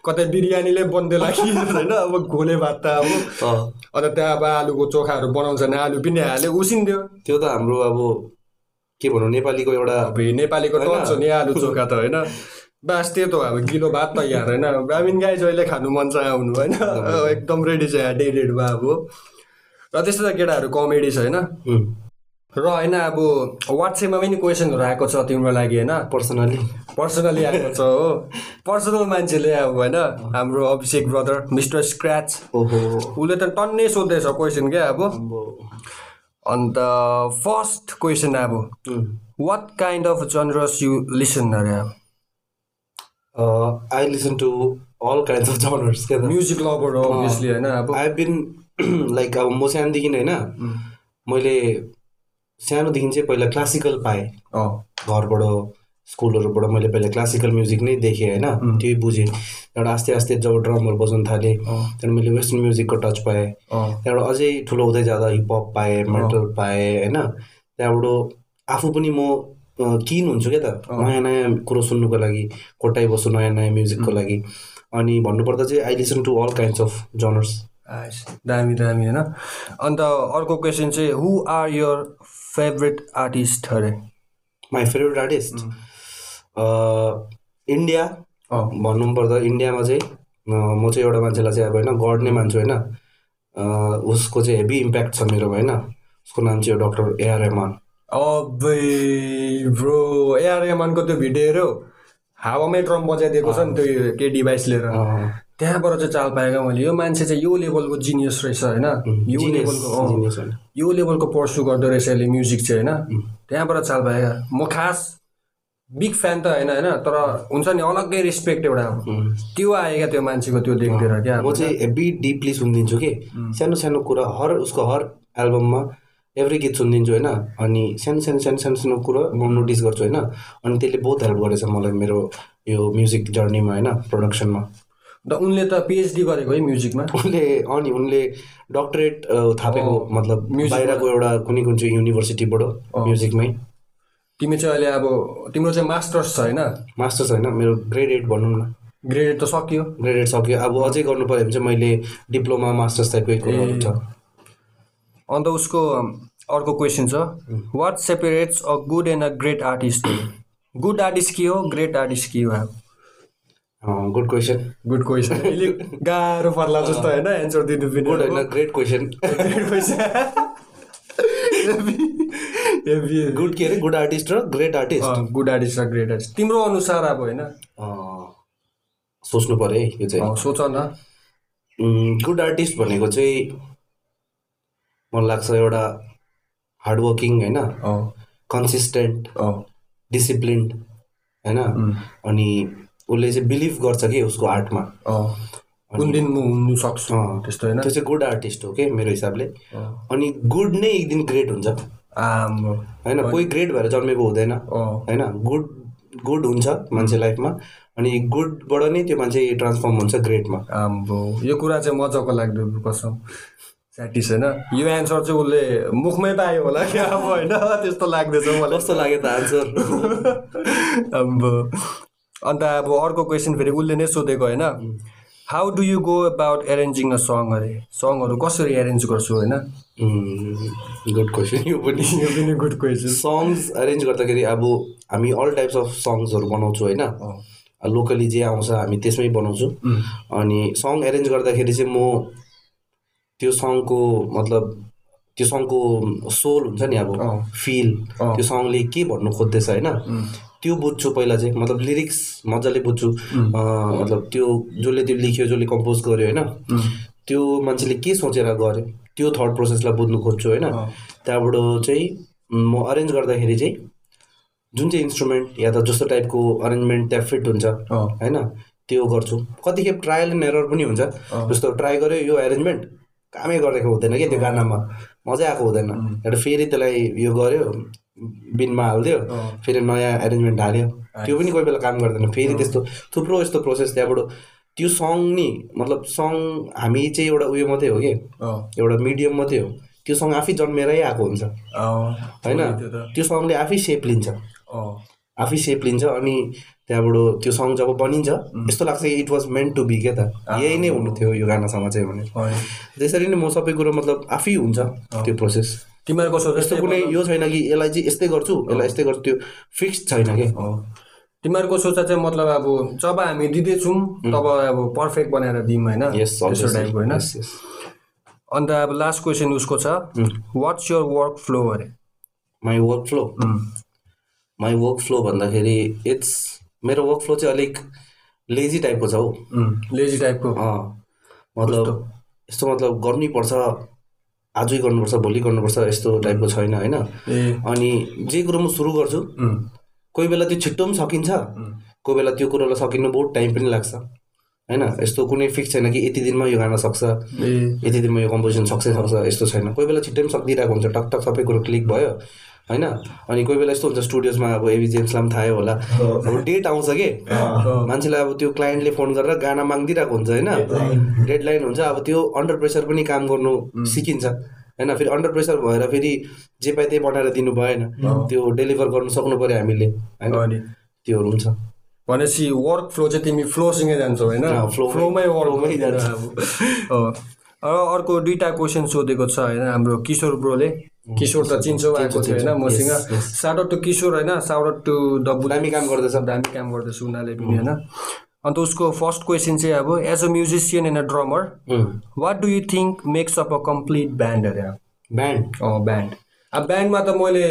[SPEAKER 1] कतै बिरयानीले बन्दै लाग्यो होइन अब घोले भात त अब
[SPEAKER 2] अँ,
[SPEAKER 1] अन्त त्यहाँ अब आलुको चोखाहरू बनाउँछ भने आलु पनि हाल्यो उसिन्दियो
[SPEAKER 2] त्यो त हाम्रो अब के भनौँ नेपालीको एउटा
[SPEAKER 1] अब यो नेपालीको टच हो नि आलु चोखा त होइन बास त्यो त हो, अब गिलो भात तयार होइन ग्रामीण गाई जहिले खानु मन छ आउनु होइन अब एकदम रेडी छ यहाँ डेडेड भए अब र त्यस्तो त केटाहरू कमेडी छ होइन
[SPEAKER 2] उम्,
[SPEAKER 1] र होइन अब वाट्सएपमा पनि क्वेसनहरू आएको छ तिम्रो लागि होइन
[SPEAKER 2] पर्सनली
[SPEAKER 1] पर्सनली आएको छ हो पर्सनल मान्छेले अब होइन हाम्रो अभिषेक ब्रदर मिस्टर स्क्र्याच
[SPEAKER 2] ओहो
[SPEAKER 1] उसले त टन्नै सोध्दैछ क्वेसन क्या अब
[SPEAKER 2] अम्बो।
[SPEAKER 1] अन्त फर्स्ट क्वेसन अब
[SPEAKER 2] um,
[SPEAKER 1] what kind of genres you listen अरे अब
[SPEAKER 2] I listen to all kind of genres क्या त
[SPEAKER 1] म्युजिक लभर हो अभियसली होइन अब
[SPEAKER 2] आई बिन लाइक अब म सानोदेखि होइन मैले सानोदेखि चाहिँ पहिला क्लासिकल पाएँ
[SPEAKER 1] अँ,
[SPEAKER 2] घरबाट स्कुलहरूबाट मैले पहिला क्लासिकल म्युजिक नै देखेँ होइन त्यही बुझेँ त्यहाँबाट आस्ते आस्ते जब ड्रमहरू बजाउनु थालेँ त्यहाँबाट मैले वेस्टर्न म्युजिकको टच पाएँ
[SPEAKER 1] अँ,
[SPEAKER 2] त्यहाँबाट अझै ठुलो हुँदै जाँदा हिपहप पाएँ मेटल पाएँ होइन त्यहाँबाट आफू पनि म अ, किन हुन्छु क्या त नयाँ नयाँ कुरो सुन्नुको लागि कोटाइबस्छु नयाँ नयाँ म्युजिकको लागि अनि भन्नुपर्दा चाहिँ I listen to all kinds of genres
[SPEAKER 1] आएछ। दामी दामी होइन अन्त अर्को क्वेसन चाहिँ who are your favourite artist अरे
[SPEAKER 2] माई फेभरेट आर्टिस्ट इन्डिया
[SPEAKER 1] अँ,
[SPEAKER 2] भन्नु पर्दा इन्डियामा चाहिँ अ, म चाहिँ एउटा मान्छेलाई चाहिँ अब होइन गड नै मान्छु होइन अ, उसको चाहिँ हेभी इम्प्याक्ट छ मेरोमा होइन उसको नाम चाहिँ हो डक्टर एआर रहमान
[SPEAKER 1] अबै ब्रो एआर रेहमानको त्यो भिडियो हेऱ्यो हावामै ड्रम बजाइदिएको छ नि त्यो के डिभाइस लिएर
[SPEAKER 2] अ,
[SPEAKER 1] त्यहाँबाट चाहिँ चाल पाएका मैले यो मान्छे चाहिँ यो लेभलको जिनियस रहेछ होइन यो
[SPEAKER 2] genius,
[SPEAKER 1] लेभलको अँ,
[SPEAKER 2] genius होइन।
[SPEAKER 1] यो लेभलको पर्सु गर्दो रहेछ यसले म्युजिक चाहिँ होइन त्यहाँबाट चाल पाएका म खास बिग फ्यान त होइन होइन तर हुन्छ नि अलग्गै रेस्पेक्ट एउटा अब।
[SPEAKER 2] उम्।
[SPEAKER 1] त्यो आयो क्या त्यो मान्छेको त्यो देख्दिएर क्या
[SPEAKER 2] म चाहिँ हेभी डिपली सुनिदिन्छु कि सानो सानो कुरा हर उसको हर एल्बममा एभ्री गीत सुनिदिन्छु होइन अनि सानो सानो सानो सानो सानो कुरा म नोटिस गर्छु होइन अनि त्यसले बहुत हेल्प गरेछ मलाई मेरो यो म्युजिक जर्नीमा होइन प्रडक्सनमा
[SPEAKER 1] अन्त उनले त पिएचडी गरेको है म्युजिकमा
[SPEAKER 2] उनले अनि उनले डक्टरेट अ, थापेको मतलब बाहिरको एउटा कुनै कुन चाहिँ युनिभर्सिटीबाट म्युजिकमै
[SPEAKER 1] तिमी चाहिँ अहिले अब तिम्रो चाहिँ मास्टर्स छ होइन
[SPEAKER 2] मास्टर्स होइन मेरो ग्रेड एट भनौँ न
[SPEAKER 1] ग्रेड त सकियो
[SPEAKER 2] ग्रेड एट सक्यो अब अझै गर्नु पऱ्यो भने चाहिँ मैले डिप्लोमा मास्टर्स टाइपकै कुरोहरू छ
[SPEAKER 1] अन्त उसको अम, अर्को क्वेसन छ what separates a good and a great artist good artist के हो ग्रेट आर्टिस्ट के हो अब
[SPEAKER 2] गुड क्वेसन
[SPEAKER 1] गुड क्वेसन अलिक गाह्रो पर्ला जस्तो होइन एन्सर दिनु पनि
[SPEAKER 2] गुड होइन ग्रेट क्वेसन गुड के अरे गुड आर्टिस्ट र ग्रेट आर्टिस्ट
[SPEAKER 1] गुड आर्टिस्ट र ग्रेट आर्टिस्ट uh, तिम्रो अनुसार अब होइन
[SPEAKER 2] सोच्नु पऱ्यो है यो चाहिँ
[SPEAKER 1] अँ, सोच न
[SPEAKER 2] गुड आर्टिस्ट भनेको चाहिँ मलाई लाग्छ एउटा हार्डवर्किङ होइन
[SPEAKER 1] अँ,
[SPEAKER 2] कन्सिस्टेन्ट
[SPEAKER 1] अँ,
[SPEAKER 2] डिसिप्लिन होइन अनि उसले चाहिँ बिलिभ गर्छ कि उसको आर्टमा
[SPEAKER 1] अँ। कुन दिन म हुनु सक्छु
[SPEAKER 2] अँ।
[SPEAKER 1] त्यस्तो होइन
[SPEAKER 2] त्यो चाहिँ गुड आर्टिस्ट हो कि मेरो हिसाबले
[SPEAKER 1] अँ।
[SPEAKER 2] अनि गुड नै एक दिन ग्रेट हुन्छ
[SPEAKER 1] आम्बो
[SPEAKER 2] होइन कोही ग्रेट भएर जन्मेको हुँदैन
[SPEAKER 1] अँ,
[SPEAKER 2] होइन गुड गुड हुन्छ मान्छे लाइफमा अनि गुडबाट नै त्यो मान्छे ट्रान्सफर्म हुन्छ ग्रेटमा
[SPEAKER 1] आम्बो यो कुरा चाहिँ मजाको लाग्दो कसम स्याटिस होइन यो एन्सर चाहिँ उसले मुखमै पायो होला क्या अब होइन त्यस्तो लाग्दैछ मलाई
[SPEAKER 2] कस्तो लाग्यो त आन्सर
[SPEAKER 1] आम्बो अन्त अब अर्को क्वेसन फेरि उसले नै सोधेको होइन how do you go about arranging a song अरे सङहरू कसरी एरेन्ज गर्छु होइन
[SPEAKER 2] Mm, गुड क्वेसन यो पनि
[SPEAKER 1] यो पनि गुड क्वेसन
[SPEAKER 2] सङ्ग्स एरेन्ज गर्दाखेरि अब हामी अल टाइप्स अफ सङ्ग्सहरू बनाउँछौँ होइन लोकली जे आउँछ हामी त्यसमै बनाउँछौँ अनि सङ एरेन्ज गर्दाखेरि चाहिँ म त्यो सङको मतलब त्यो सङको सोल हुन्छ नि अब
[SPEAKER 1] अँ।
[SPEAKER 2] फिल
[SPEAKER 1] अँ।
[SPEAKER 2] त्यो सङले के भन्नु खोज्दैछ होइन त्यो बुझ्छु पहिला चाहिँ मतलब लिरिक्स मजाले बुझ्छु अ, मतलब त्यो जसले त्यो लेख्यो जसले कम्पोज गर्यो होइन त्यो मान्छेले के सोचेर गर्यो त्यो थट प्रोसेसलाई बुझ्नु खोज्छु होइन त्यहाँबाट चाहिँ म अरेन्ज गर्दाखेरि चाहिँ जुन चाहिँ इन्स्ट्रुमेन्ट या त जस्तो टाइपको अरेन्जमेन्ट त्यहाँ फिट हुन्छ
[SPEAKER 1] अँ।
[SPEAKER 2] होइन त्यो गर्छु कतिखेप ट्रायल एन्ड एरर पनि हुन्छ जस्तो ट्राई गऱ्यो यो एरेन्जमेन्ट कामै गरेको हुँदैन कि त्यो गानामा मजै आएको हुँदैन एउटा फेरि त्यसलाई यो गर्यो बिनमा हालिदियो
[SPEAKER 1] अँ।
[SPEAKER 2] फेरि नयाँ एरेन्जमेन्ट हाल्यो त्यो पनि कोही बेला काम गर्दैन फेरि त्यस्तो थुप्रो यस्तो प्रोसेस त्यहाँबाट त्यो सङ नि मतलब सङ हामी चाहिँ एउटा उयो मात्रै हो कि
[SPEAKER 1] अँ,
[SPEAKER 2] एउटा मिडियम मात्रै हो त्यो सङ आफै जन्मेरै आएको हुन्छ
[SPEAKER 1] अँ,
[SPEAKER 2] होइन
[SPEAKER 1] त्यो त
[SPEAKER 2] त्यो सङले आफै सेप लिन्छ
[SPEAKER 1] अँ,
[SPEAKER 2] आफै सेप लिन्छ अनि त्यहाँबाट त्यो सङ जब बनिन्छ यस्तो लाग्छ it was meant to be के त यही नै हुनु थियो यो गानासँग चाहिँ भनेर
[SPEAKER 1] होइन।
[SPEAKER 2] त्यसरी नै म सबै कुरो मतलब आफै हुन्छ त्यो प्रोसेस
[SPEAKER 1] तिमीहरूको सोच
[SPEAKER 2] यस्तो कुनै यो छैन कि यसलाई चाहिँ यस्तै गर्छु यसलाई यस्तै गर्छु त्यो फिक्स छैन कि
[SPEAKER 1] हो। तिमीहरूको सोच चाहिँ मतलब अब जब हामी दिँदैछौँ तब अब पर्फेक्ट बनाएर दिउँ होइन
[SPEAKER 2] यस
[SPEAKER 1] त्यस्तो टाइपको होइन अन्त अब लास्ट क्वेसन उसको छ वाट्स यर वर्क फ्लो अरे
[SPEAKER 2] my workflow
[SPEAKER 1] um,
[SPEAKER 2] my workflow भन्दाखेरि इट्स मेरो वर्क फ्लो चाहिँ अलिक लेजी टाइपको छ हौ
[SPEAKER 1] उम्, लेजी टाइपको
[SPEAKER 2] अँ, मतलब यस्तो मतलब गर्नै पर्छ आजै गर्नुपर्छ भोलि गर्नुपर्छ यस्तो टाइपको छैन होइन
[SPEAKER 1] ए
[SPEAKER 2] अनि जे कुरो म सुरु गर्छु
[SPEAKER 1] उम्,
[SPEAKER 2] कोही बेला त्यो छिट्टो पनि सकिन्छ कोही बेला त्यो कुरोलाई सकिनु बहुत टाइम पनि लाग्छ होइन यस्तो कुनै फिक्स छैन कि यति दिनमा यो गाना सक्छ
[SPEAKER 1] ए
[SPEAKER 2] यति दिनमा यो कम्पोजिसन सक्छ सक्छ यस्तो छैन कोही बेला छिट्टै पनि सकिदिरहेको हुन्छ टकटक सबै कुरो क्लिक भयो होइन अनि कोही बेला यस्तो हुन्छ स्टुडियोजमा अब एबी जेम्सलाई पनि थाहै होला अब डेट आउँछ कि मान्छेलाई अब त्यो क्लाइन्टले फोन गरेर गाना मागिदिरहेको हुन्छ होइन डेड लाइन हुन्छ अब त्यो अन्डर प्रेसर पनि काम गर्नु सिकिन्छ होइन फेरि अन्डर प्रेसर भएर फेरि जे पाए त्यही बनाएर दिनु भएन त्यो डेलिभर गर्नु सक्नु पऱ्यो हामीले होइन
[SPEAKER 1] अनि
[SPEAKER 2] त्योहरू पनि छ
[SPEAKER 1] भनेपछि वर्क फ्लो चाहिँ तिमी फ्लोसँगै जान्छौ होइन
[SPEAKER 2] अँ, flow-
[SPEAKER 1] फ्लोमै वर्क
[SPEAKER 2] flowमै
[SPEAKER 1] जान्छ र अर्को दुईवटा क्वेसन सोधेको छ होइन हाम्रो किशोर ब्रोले किशोर त चिन्छौ आएको थियो होइन मसँग साउट आउट टु किशोर होइन साउट आउट टु द
[SPEAKER 2] दामी काम गर्दैछ
[SPEAKER 1] दामी काम गर्दैछ उनीहरूले पनि होइन अन्त उसको फर्स्ट क्वेसन चाहिँ अब as a musician and a drummer what do you think makes up a complete band अरे अब
[SPEAKER 2] ब्यान्ड
[SPEAKER 1] अँ ब्यान्ड अब ब्यान्डमा त मैले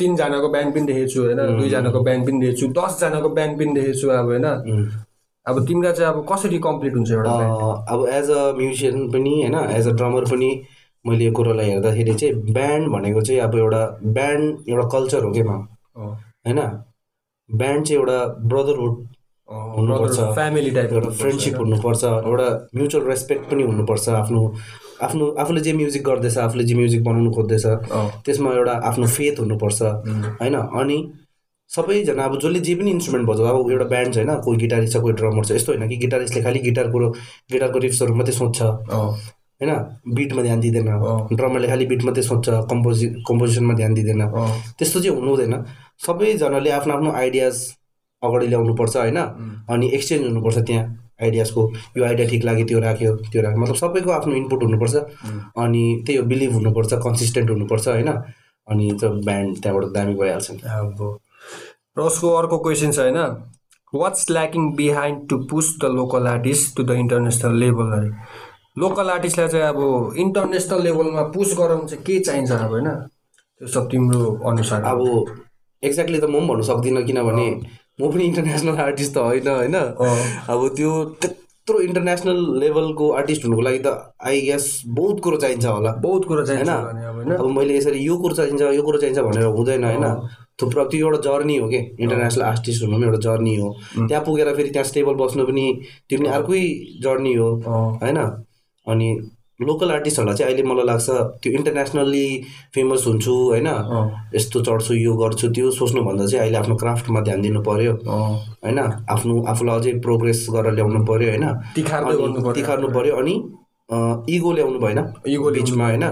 [SPEAKER 1] तिनजनाको ब्यान्ड पनि देखेको छु होइन दुईजनाको ब्यान्ड पनि देखेको छु दसजनाको ब्यान्ड पनि देखेको छु अब होइन अब तिम्रो चाहिँ अब कसरी कम्प्लिट हुन्छ एउटा band?
[SPEAKER 2] अब एज अ म्युजिसियन पनि होइन एज अ ड्रमर पनि मैले यो कुरोलाई हेर्दाखेरि चाहिँ ब्यान्ड भनेको चाहिँ अब एउटा ब्यान्ड एउटा कल्चर हो कि मा
[SPEAKER 1] अँ,
[SPEAKER 2] होइन ब्यान्ड चाहिँ एउटा ब्रदरहुड
[SPEAKER 1] अँ,
[SPEAKER 2] हुनुपर्छ।
[SPEAKER 1] brother, family type
[SPEAKER 2] एउटा फ्रेन्डसिप हुनुपर्छ एउटा म्युचुअल रेस्पेक्ट पनि हुनुपर्छ आफ्नो आफ्नो आफूले जे म्युजिक गर्दैछ आफूले जे म्युजिक बनाउनु खोज्दैछ
[SPEAKER 1] अँ,
[SPEAKER 2] त्यसमा एउटा आफ्नो फेथ हुनुपर्छ होइन अनि सबैजना अब जसले जे पनि इन्स्ट्रुमेन्ट बजाउँछ अब एउटा ब्यान्ड छ होइन कोही गिटारिस्ट छ कोही ड्रमर छ यस्तो होइन कि गिटारिस्टले खालि गिटार कुरो गिटारको रिफ्सहरू मात्रै सोध्छ
[SPEAKER 1] अँ,
[SPEAKER 2] होइन बिटमा ध्यान दिँदैन
[SPEAKER 1] अँ।
[SPEAKER 2] ड्रमरले खालि बिट मात्रै सोध्छ कम्पोजि कम्पोजिसनमा ध्यान दिँदैन
[SPEAKER 1] अँ,
[SPEAKER 2] त्यस्तो चाहिँ हुनु हुँदैन सबैजनाले आफ्नो आफ्नो आइडियाज अगाडि ल्याउनुपर्छ होइन अनि एक्सचेन्ज हुनुपर्छ त्यहाँ आइडियाजको यो आइडिया ठिक लाग्यो त्यो राख्यो त्यो राख्यो मतलब सबैको आफ्नो इनपुट हुनुपर्छ अनि त्यही हो बिलिभ हुनुपर्छ कन्सिस्टेन्ट हुनुपर्छ होइन अनि त्यो ब्यान्ड त्यहाँबाट दामी भइहाल्छ नि
[SPEAKER 1] अब र उसको अर्को क्वेसन छ होइन what's lacking behind to push the local artist to the international level अरे लोकल आर्टिस्टलाई चाहिँ अब इन्टरनेसनल लेभलमा पुस गराउनु चाहिँ के चाहिन्छ अब होइन त्यो सब तिम्रो अनुसार
[SPEAKER 2] अब एक्ज्याक्टली त म पनि भन्नु सक्दिनँ किनभने म पनि इन्टरनेसनल आर्टिस्ट त होइन होइन
[SPEAKER 1] अँ।
[SPEAKER 2] अब त्यो त्यत्रो इन्टरनेसनल लेभलको आर्टिस्ट हुनुको लागि त आई गेस बहुत कुरो चाहिन्छ होला
[SPEAKER 1] बहुत कुरो चाहिन्छ
[SPEAKER 2] होइन?
[SPEAKER 1] भने अब होइन
[SPEAKER 2] अब मैले यसरी यो कुरो चाहिन्छ यो कुरो चाहिन्छ भनेर हुँदैन होइन थुप्रो त्यो एउटा जर्नी हो कि इन्टरनेसनल आर्टिस्ट हुनु पनि एउटा जर्नी हो त्यहाँ पुगेर फेरि त्यहाँ स्टेबल बस्नु पनि त्यो पनि अर्कै जर्नी हो
[SPEAKER 1] अँ,
[SPEAKER 2] होइन अनि लोकल आर्टिस्टहरूलाई चाहिँ अहिले मलाई लाग्छ त्यो इन्टरनेसनल्ली फेमस हुन्छु होइन
[SPEAKER 1] अँ,
[SPEAKER 2] यस्तो चढ्छु यो गर्छु त्यो सोच्नुभन्दा चाहिँ अहिले आफ्नो क्राफ्टमा ध्यान दिनु पर्यो
[SPEAKER 1] अँ,
[SPEAKER 2] होइन आफ्नो आफूलाई अझै प्रोग्रेस गरेर ल्याउनु पर्यो होइन
[SPEAKER 1] तिखार्दै
[SPEAKER 2] अनि
[SPEAKER 1] गर्नु पर्यो।
[SPEAKER 2] तिखार्नु पर्यो अनि इगो ल्याउनु भएन
[SPEAKER 1] Ego ल्याउनु
[SPEAKER 2] बिचमा होइन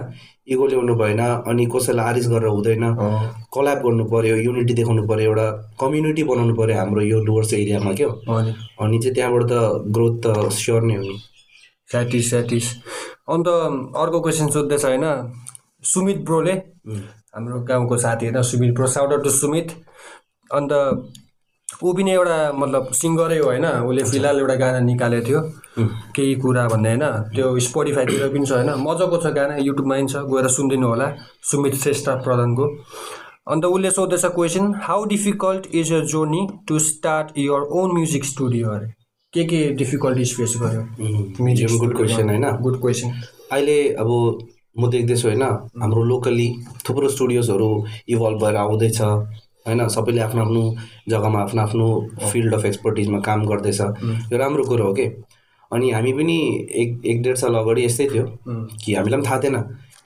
[SPEAKER 2] इगो ल्याउनु भएन अनि कसैलाई आरिस गरेर हुँदैन
[SPEAKER 1] अँ,
[SPEAKER 2] कल्याप गर्नु पर्यो युनिटी देखाउनु पर्यो एउटा कम्युनिटी बनाउनु पर्यो हाम्रो यो डुवर्स एरियामा क्या
[SPEAKER 1] अनि
[SPEAKER 2] अनि चाहिँ त्यहाँबाट त ग्रोथ त स्योर नै हो नि
[SPEAKER 1] स्याटिस स्याटिस अन्त अर्को क्वेसन सोध्दैछ होइन सुमित ब्रोले हाम्रो गाउँको साथी होइन Sumit bro shout out to Sumit अन्त ऊ पनि एउटा मतलब सिङ्गरै हो होइन उसले फिलहाल एउटा गाना निकालेको थियो केही कुरा भन्ने होइन त्यो स्पोटिफाईतिर पनि छ होइन मजाको छ गाना युट्युबमा पनि छ गएर सुनिदिनु होला सुमित श्रेष्ठ प्रधानको अन्त उसले सोध्दैछ question how difficult is your journey to start your own music studio अरे के के डिफिकल्टिज फेस गर्यो म्युजिक
[SPEAKER 2] गुड क्वेसन होइन
[SPEAKER 1] गुड क्वेसन
[SPEAKER 2] अहिले अब म देख्दैछु होइन हाम्रो लोकल्ली थुप्रो स्टुडियोजहरू इभल्भ भएर आउँदैछ होइन सबैले आफ्नो आफ्नो जग्गामा आफ्नो आफ्नो फिल्ड अफ एक्सपर्टिजमा काम गर्दैछ यो राम्रो कुरो हो कि अनि हामी पनि एक एक डेढ साल अगाडि यस्तै थियो
[SPEAKER 1] Mm.
[SPEAKER 2] कि हामीलाई पनि थाहा थिएन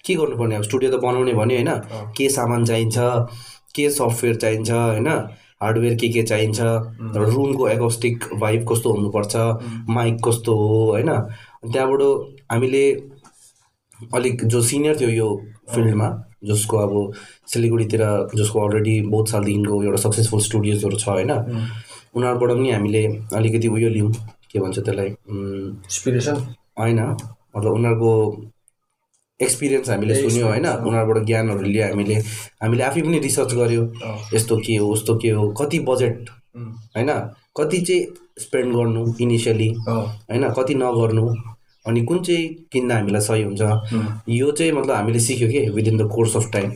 [SPEAKER 2] के गर्नुपर्ने अब स्टुडियो त बनाउने भन्यो होइन के सामान चाहिन्छ के सफ्टवेयर चाहिन्छ होइन हार्डवेयर के के चाहिन्छ रुमको एकोस्टिक भाइब कस्तो हुनुपर्छ माइक कस्तो हो होइन अनि त्यहाँबाट हामीले अलिक जो सिनियर थियो यो फिल्डमा जसको अब सिलगढीतिर जसको अलरेडी बहुत सालदेखिको एउटा सक्सेसफुल स्टुडियोजहरू छ होइन उनीहरूबाट पनि हामीले अलिकति उयो लियौँ के भन्छ त्यसलाई उम्,
[SPEAKER 1] इन्सपिरेसन
[SPEAKER 2] होइन मतलब उनीहरूको एक्सपिरियन्स हामीले सुन्यौँ होइन उनीहरूबाट ज्ञानहरू लियो हामीले हामीले आफै पनि रिसर्च गर्यो यस्तो के हो उस्तो के हो कति बजेट होइन कति चाहिँ स्पेन्ड गर्नु इनिसियली
[SPEAKER 1] Oh,
[SPEAKER 2] होइन कति नगर्नु अनि कुन चाहिँ किन्दा हामीलाई सही हुन्छ
[SPEAKER 1] mm.
[SPEAKER 2] यो चाहिँ मतलब हामीले सिक्यो कि within the course of time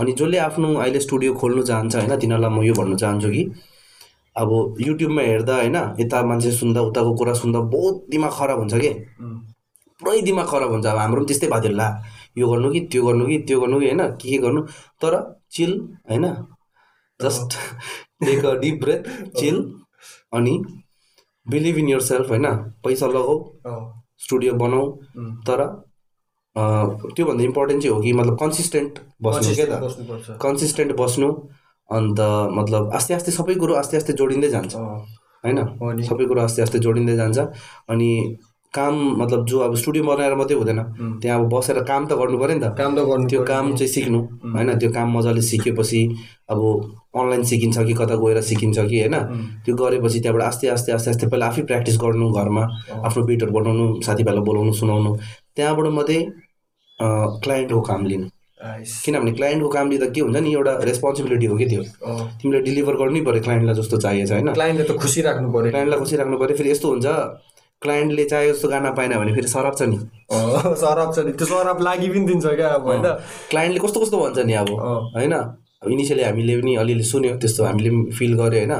[SPEAKER 2] अनि जसले आफ्नो अहिले स्टुडियो खोल्नु चाहन्छ होइन तिनीहरूलाई म यो भन्न चाहन्छु कि अब युट्युबमा हेर्दा होइन यता मान्छे सुन्दा उताको कुरा सुन्दा बहुत दिमाग खराब हुन्छ कि पुरै दिमाग खराब हुन्छ अब हाम्रो पनि त्यस्तै भएको थियो ला यो गर्नु कि त्यो गर्नु कि त्यो गर्नु कि होइन के के गर्नु तर चिल होइन just take a deep breath chill अनि बिलिभ इन यर सेल्फ होइन पैसा लगाऊ स्टुडियो बनाऊ तर अ, त्योभन्दा इम्पोर्टेन्ट चाहिँ हो कि मतलब कन्सिस्टेन्ट बस्नु क्या त कन्सिस्टेन्ट बस्नु अन्त मतलब आस्ते आस्ते सबै कुरो आस्ते आस्ते जोडिँदै जान्छ होइन
[SPEAKER 1] हो नि।
[SPEAKER 2] सबै कुरो आस्ते आस्ते जोडिँदै जान्छ अनि काम मतलब जो अब स्टुडियो बनाएर मात्रै हुँदैन त्यहाँ अब बसेर काम त गर्नु पऱ्यो नि त
[SPEAKER 1] काम त गर्नु
[SPEAKER 2] Mm. त्यो
[SPEAKER 1] पर्यो।
[SPEAKER 2] काम चाहिँ सिक्नु होइन त्यो काम मजाले सिकेपछि अब अनलाइन सिकिन्छ कि कता गएर सिकिन्छ कि होइन
[SPEAKER 1] Mm.
[SPEAKER 2] त्यो गरेपछि त्यहाँबाट आस्ते आस्ते आस्ते आस्ते पहिला आफै प्र्याक्टिस गर्नु घरमा
[SPEAKER 1] Oh,
[SPEAKER 2] आफ्नो बिटहरू बनाउनु साथीभाइलाई बोलाउनु सुनाउनु त्यहाँबाट मात्रै क्लाइन्टको काम लिनु
[SPEAKER 1] आइस।
[SPEAKER 2] किनभने क्लाइन्टको काम लिँदा के हुन्छ नि एउटा रेस्पोन्सिबिलिटी हो कि त्यो
[SPEAKER 1] अँ।
[SPEAKER 2] तिमीले डेलिभर गर्नै पऱ्यो क्लाइन्टलाई जस्तो चाहिएछ होइन
[SPEAKER 1] क्लाइन्टले त खुसी राख्नु पर्यो
[SPEAKER 2] क्लाइन्टलाई खुसी राख्नु पऱ्यो फेरि यस्तो हुन्छ क्लाइन्टले चाहे जस्तो गाना पाएन भने फेरि सराप्छ नि
[SPEAKER 1] अँ, सराप Oh, छ नि त्यो सराप लागि पनि दिन्छ क्या
[SPEAKER 2] Oh.
[SPEAKER 1] अब होइन Oh.
[SPEAKER 2] क्लाइन्टले कस्तो कस्तो भन्छ नि अब
[SPEAKER 1] अँ।
[SPEAKER 2] होइन अब इनिसियली हामीले पनि अलिअलि सुन्यौँ त्यस्तो हामीले पनि फिल गऱ्यो होइन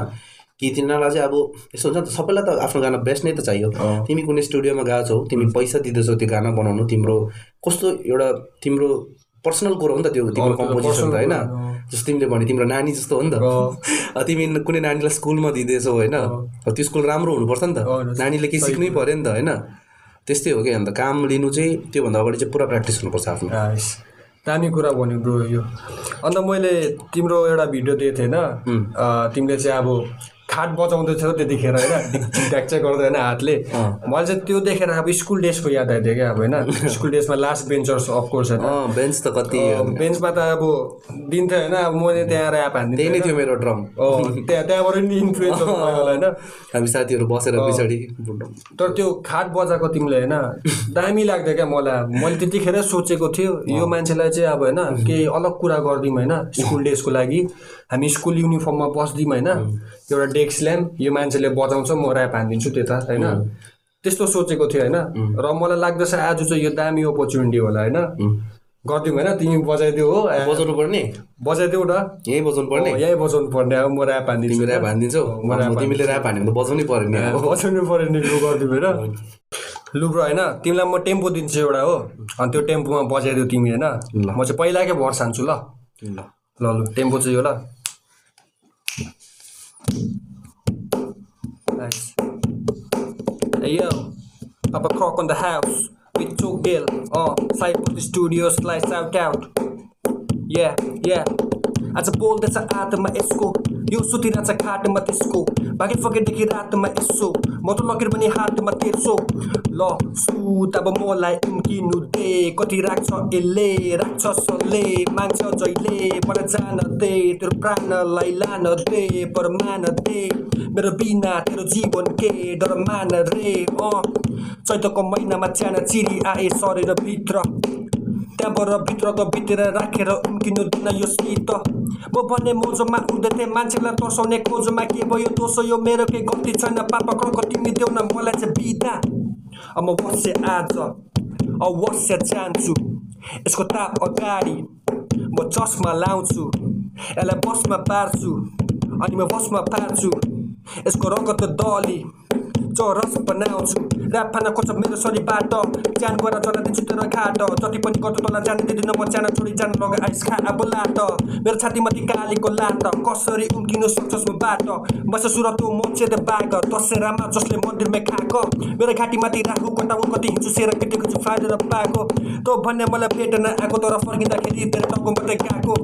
[SPEAKER 2] कि तिनीहरूलाई चाहिँ अब यस्तो हुन्छ नि त सबैलाई त आफ्नो गाना बेस्ट नै त चाहियो
[SPEAKER 1] अँ।
[SPEAKER 2] तिमी कुनै स्टुडियोमा गएको छौ तिमी पैसा दिँदैछौ त्यो गाना बनाउनु तिम्रो कस्तो एउटा तिम्रो पर्सनल कुरो हो नि त त्यो तिम्रो
[SPEAKER 1] अँ, त्यो
[SPEAKER 2] कम्पोजिसन
[SPEAKER 1] personal
[SPEAKER 2] त होइन
[SPEAKER 1] कुरो, अँ।
[SPEAKER 2] जस्तो तिमीले भने तिम्रो नानी जस्तो हो नि त अब तिमी कुनै नानीलाई स्कुलमा दिँदैछौ होइन अब त्यो स्कुल राम्रो हुनुपर्छ नि त
[SPEAKER 1] अँ,
[SPEAKER 2] नानीले के सिक्नै पऱ्यो नि त होइन त्यस्तै हो कि अन्त काम लिनु चाहिँ त्योभन्दा अगाडि चाहिँ पुरा प्र्याक्टिस हुनुपर्छ आफ्नो
[SPEAKER 1] आइस। दामी कुरा भन्यो ब्रो यो अन्त मैले तिम्रो एउटा भिडियो दिएको थिएँ होइन अँ, तिमीले चाहिँ अब खाट बचाउँदै थियौ त्यतिखेर होइन ढिकढ्याक चाहिँ गर्दै होइन हातले मैले चाहिँ त्यो देखेर अब स्कुल डेस्कको याद आइदियो क्या अब होइन स्कुल डेस्कमा लास्ट बेन्चर्स अफकोर्स होइन
[SPEAKER 2] अँ बेन्च त कति
[SPEAKER 1] Oh. बेन्चमा त अब दिन्थ्यो होइन अब मैले त्यहाँ आएर एप हान्दिनँ
[SPEAKER 2] त्यही नै थियो मेरो ड्रम
[SPEAKER 1] त्यहाँ त्यहाँबाट नि इन्फ्लुएन्स होइन
[SPEAKER 2] हामी साथीहरू बसेर पछाडि
[SPEAKER 1] तर त्यो खाट बजाएको तिमीले होइन दामी लाग्थ्यो क्या मलाई मैले त्यतिखेर सोचेको थियो यो मान्छेलाई चाहिँ अब होइन केही अलग कुरा गरिदिउँ होइन स्कुल डेस्कको लागि हामी स्कुल युनिफर्ममा बस्दिउँ होइन एउटा डेस्क ल्याम्प यो मान्छेले बजाउँछ म ऱ्याप हानिदिन्छु त्यता होइन त्यस्तो सोचेको थियो होइन र मलाई लाग्दछ आज चाहिँ यो दामी अपर्च्युनिटी होला होइन गरिदिउँ होइन तिमी बजाइदियो हो ए,
[SPEAKER 2] बजाउनु पर्ने
[SPEAKER 1] बजाइदेऊ न
[SPEAKER 2] यहीँ बजाउनु पर्ने
[SPEAKER 1] अँ, यहीँ बजाउनु पर्ने अब म ऱ्याप हानिदिन्छु
[SPEAKER 2] तिमी ऱ्याप हानिदिन्छौ अब तिमीले ऱ्याप हान्यो भने त बजाउनै पर्यो नि अब
[SPEAKER 1] बचाउनु पर्यो नि लु गरिदिउँ होइन लु ब्रो होइन तिमीलाई म टेम्पो दिन्छु एउटा हो अनि त्यो टेम्पोमा बजाइदियो तिमी होइन
[SPEAKER 2] ल।
[SPEAKER 1] म चाहिँ पहिलाकै भर्स हान्छु ल
[SPEAKER 2] ल
[SPEAKER 1] ल लु टेम्पो चाहिँ यो ल Nice. Hey yo, Papa Croc on the house with Choke Deal. Uh, Cyborg Studios slice out out. Yeah, yeah. आज बोल्दैछ आत्मा यसको यो सुतिरहेछ खाटमा त्यसको भागे फकेटदेखि रातमा यसो म त लकेर पनि हातमा तेर्सो ल सुत अब मलाई उम्किनु दे कति राख्छ यसले राख्छ सले माग्छ जहिले पर जान दे तेरो प्राणलाई लान दे पर मान दे मेरो बिना तेरो जीवन के डर मान रे अँ चैतको महिनामा च्याना चिरी आए सरेर भित्र त्यहाँबाट भित्रको भित्र राखेर उम्किनु दिन यो शीत म भन्ने मोजोमा उड्दै थिएँ मान्छेलाई तर्साउने खोजोमा के भयो दोस्रो यो मेरो केही गल्ती छैन पापा क्रक तिमी देऊ न मलाई चाहिँ बिदा अब म वर्षे आज अब वर्षे जान्छु यसको ताप अगाडि म चस्मा लाउँछु यसलाई बसमा पार्छु अनि म बसमा पार्छु यसको रगत दली
[SPEAKER 3] चरस बनाउँछु ऱ्याप फाना खोज्छ मेरो सरी बाटो च्यान गएर जना दिन्छु तेरो घाटो जति पनि गर्छु तँलाई जान दिँदिन म च्यान छोडी जान लग आइस खा अब लाट मेरो छातीमाथि कालीको लाट कसरी
[SPEAKER 1] um,
[SPEAKER 3] उम्किनु सक्छस् म बाटो बस सुर तँ मोचेर बाग दसेरामा जसले मन्दिरमै खाएको मेरो घाँटीमाथि राखु कटाउ कति हिँड्छु सेर केटी खोज्छु फालेर पाएको तँ भन्ने मलाई भेटेन आएको तर फर्किँदाखेरि तेरो टाउकोबाटै गएको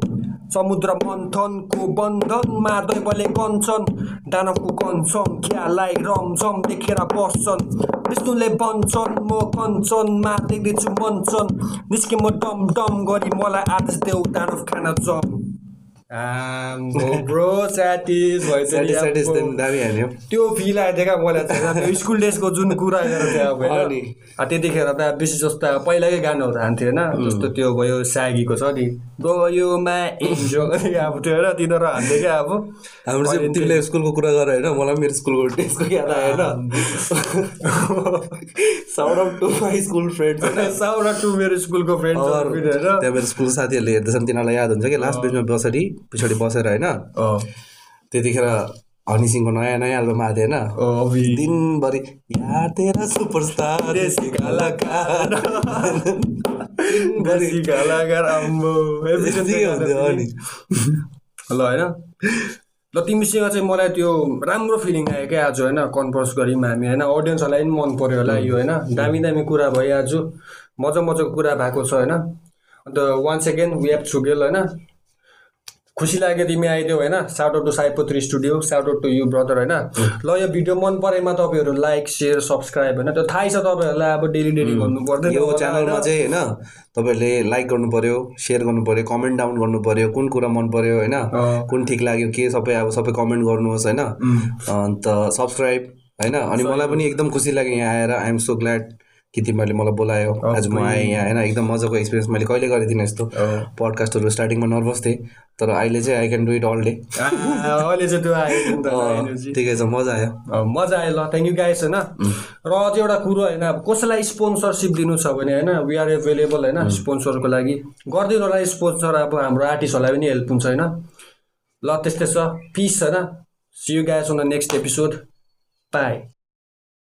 [SPEAKER 3] समुद्र मन्थनको बन्धनमा दैवले गन्छन् दानवको कन्छन् खियालाई रमझम देखेर बस्छन् विष्णुले बन्छन् म कञ्चनमा देख्दैछु मन्छन् निस्के म डम डम गरी मलाई आदेश देऊ दानव खान जम
[SPEAKER 1] आम्बो ब्रो च्याटिस भएछ नि
[SPEAKER 2] स्याटिस स्याटिस
[SPEAKER 1] आम्बो।
[SPEAKER 2] त दामी हान्यो
[SPEAKER 1] त्यो फिल आयो क्या मलाई त त्यो स्कुल डेजको जुन कुरा गरेर त्यो अब होइन
[SPEAKER 2] अनि?
[SPEAKER 1] अब त्यतिखेर त बेसी जस्तो अब पहिलाकै गानाहरू हान्थ्यो होइन जस्तो त्यो भयो सागीको छ नि गयोमा इन्जो अब त्यो होइन तिनीहरू हान्थ्यो क्या अब
[SPEAKER 2] हाम्रो चाहिँ तिमीले स्कुलको कुरा गर होइन मलाई पनि मेरो स्कुलको ड्रेसको याद आयो होइन sound off to my school friend
[SPEAKER 1] साउरा to मेरो स्कुलको फ्रेन्ड होइन
[SPEAKER 2] त्यहाँ मेरो स्कुल साथीहरूले हेर्दैछन् तिनीहरूलाई याद हुन्छ कि लास्ट बेचमा बसेर पछाडि बसेर होइन
[SPEAKER 1] अँ,
[SPEAKER 2] त्यतिखेर हनी सिंहको नयाँ नयाँ एल्बम आएको थियो होइन
[SPEAKER 1] अँ, अबि।
[SPEAKER 2] दिनभरि यार तेरा सुपरस्टार देसी कलाकार दिनभरि
[SPEAKER 1] देसी कलाकार आम्बो।
[SPEAKER 2] यस्तै
[SPEAKER 1] एभिडेन्स
[SPEAKER 2] हुन्थ्यो
[SPEAKER 1] गाना
[SPEAKER 2] अनि
[SPEAKER 1] ल होइन ल तिमीसँग चाहिँ मलाई त्यो राम्रो फिलिङ आयो क्या आज होइन कन्भर्स गऱ्यौँ हामी होइन अडियन्सहरूलाई पनि मन पऱ्यो होला यो होइन दामी दामी कुरा भयो आज मजा मजाको कुरा भएको छ होइन अन्त वान सेकेन्ड वी हेभ छुगेल होइन खुसी लाग्यो तिमी आइदियो होइन shout out to साइपोत्री studio shout out to you brother होइन ल यो भिडियो मन परेमा तपाईँहरू लाइक सेयर सब्सक्राइब होइन त्यो थाहै छ तपाईँहरूलाई अब डेली डेली भन्नु पर्दैन
[SPEAKER 2] यो
[SPEAKER 1] होला,
[SPEAKER 2] च्यानलमा
[SPEAKER 1] होइन?
[SPEAKER 2] चाहिँ होइन तपाईँहरूले लाइक गर्नु पर्यो सेयर गर्नु पर्यो कमेन्ट डाउन गर्नु पर्यो कुन कुरा मन पर्यो होइन
[SPEAKER 1] अँ।
[SPEAKER 2] कुन ठिक लाग्यो के सबै अब सबै कमेन्ट गर्नुहोस् होइन अन्त सब्सक्राइब होइन अनि मलाई पनि एकदम खुसी लाग्यो यहाँ आएर आइएम सो ग्ल्याड कि तिमीहरूले मलाई बोलायो आज म आएँ यहाँ होइन एकदम मजाको एक्सपिरियन्स मैले कहिले गरेको यस्तो पडकास्टहरू स्टार्टिङमा नर्भस थिएँ तर अहिले चाहिँ I can do it all day
[SPEAKER 1] आ, अहिले चाहिँ त्यो आयो नि त
[SPEAKER 2] Oh.
[SPEAKER 1] energy।
[SPEAKER 2] ठिकै छ मजा आयो
[SPEAKER 1] अँ, मजा आयो ल थ्याङ्क यू गाइस होइन र अझै एउटा कुरो होइन अब कसैलाई स्पोन्सरसिप दिनु छ भने होइन वी आर एभाइलेबल होइन स्पोन्सरको लागि गरिदिनु होला स्पोन्सर अब हाम्रो आर्टिस्टहरूलाई पनि हेल्प हुन्छ होइन ल त्यस्तै छ पिस होइन see you guys on the next episode by